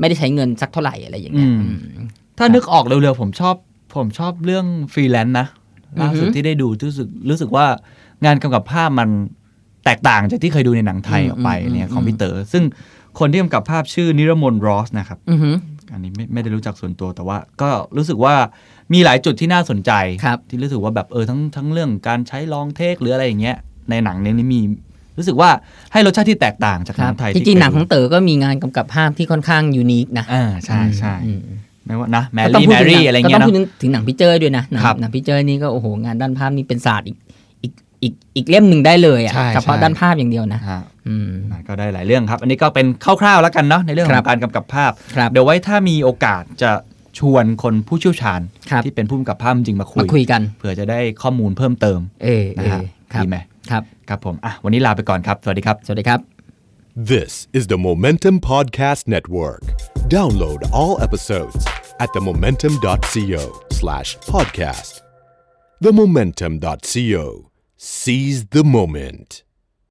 Speaker 3: ไม่ได้ใช้เงินสักเท่าไหร่อะไรอย่างเงี้ย
Speaker 2: อืม
Speaker 3: อืม
Speaker 2: ถ้านึกออกเร็วๆผมชอบผมชอบเรื่องฟรีแลนซ์นะ
Speaker 3: อือฮึ
Speaker 2: ล่าสุดที่ได้ดูรู้สึกรู้สึกว่า งานกำกับภาพมันแตกต่างจากที่เคยดูในหนังไทยออกไป
Speaker 3: อืม
Speaker 2: เนี่ย
Speaker 3: อืม
Speaker 2: ของพี่เต๋อซึ่งคนที่กำกับภาพชื่อนิรมนต์รอสนะครับ
Speaker 3: อือหือ
Speaker 2: อันนี้ไม่ไม่ได้รู้จักส่วนตัวแต่ว่าก็รู้สึกว่ามีหลายจุดที่น่าสนใจ
Speaker 3: ครับ
Speaker 2: ที่รู้สึกว่าแบบเออทั้งทั้งเรื่องการใช้ลองเทคหรืออะไรอย่างเงี้ยในหนังเรื่องนี้มี รู้สึกว่าให้รสชาติที่แตกต่างจาก
Speaker 3: ค
Speaker 2: ห
Speaker 3: รั
Speaker 2: นั
Speaker 3: บ
Speaker 2: งไทย
Speaker 3: จริงๆหนังของเต๋อก็มีงานกำกับภาพที่ค่อนข้างยูนิคนะ
Speaker 2: อ่าใช่ใช่
Speaker 3: อืม
Speaker 2: ไม่ว่านะแม
Speaker 3: ก็ต้อง
Speaker 2: รี่
Speaker 3: พูด
Speaker 2: แม
Speaker 3: ถึงหนั
Speaker 2: รี่อะไร
Speaker 3: ก็
Speaker 2: เงี้
Speaker 3: ต้อย ง
Speaker 2: เนาะ
Speaker 3: พูดถึงหนังพี่เจอด้วยนะหนัง
Speaker 2: ครับ
Speaker 3: หนังพี่เจอนี่ก็โอ้โหงานด้านภาพนี่เป็นศาสตร์อีกอีกอีกอีกเล่มหนึ่งได้เลยอะ
Speaker 2: ใช่
Speaker 3: เฉพาะ
Speaker 2: ใช่
Speaker 3: ด้านภาพอย่างเดียวนะ
Speaker 2: ฮะ
Speaker 3: อืม
Speaker 2: ก็ได้หลายเรื่องครับ อันนี้ก็เป็นคร่าวๆแล้วกันเนาะในเรื่องข
Speaker 3: ครั
Speaker 2: อบงการกำกับภาพ
Speaker 3: ครับ
Speaker 2: เดี๋ยวไว้ถ้ามีโอกาสจะชวนคนผู้เชี่ยวชาญ
Speaker 3: ครับ
Speaker 2: ที่เป็นผู้กำกับภาพจริงๆมาคุ
Speaker 3: มาคุยกัน
Speaker 2: เผื่อจะได้ข้อมูลเพิ่มเติม
Speaker 3: เออ
Speaker 2: นะ
Speaker 3: เอ
Speaker 2: ฮะ
Speaker 3: อครับ
Speaker 2: ดีไหม
Speaker 3: ครับ
Speaker 2: ครับผม อ่ะ วันนี้ลาไปก่อนครับ สวัสดีครับ
Speaker 3: สวัสดีครับ
Speaker 1: This is the Momentum Podcast Network. Download all episodes at themomentum.co slash podcast. Themomentum.co. Seize the moment.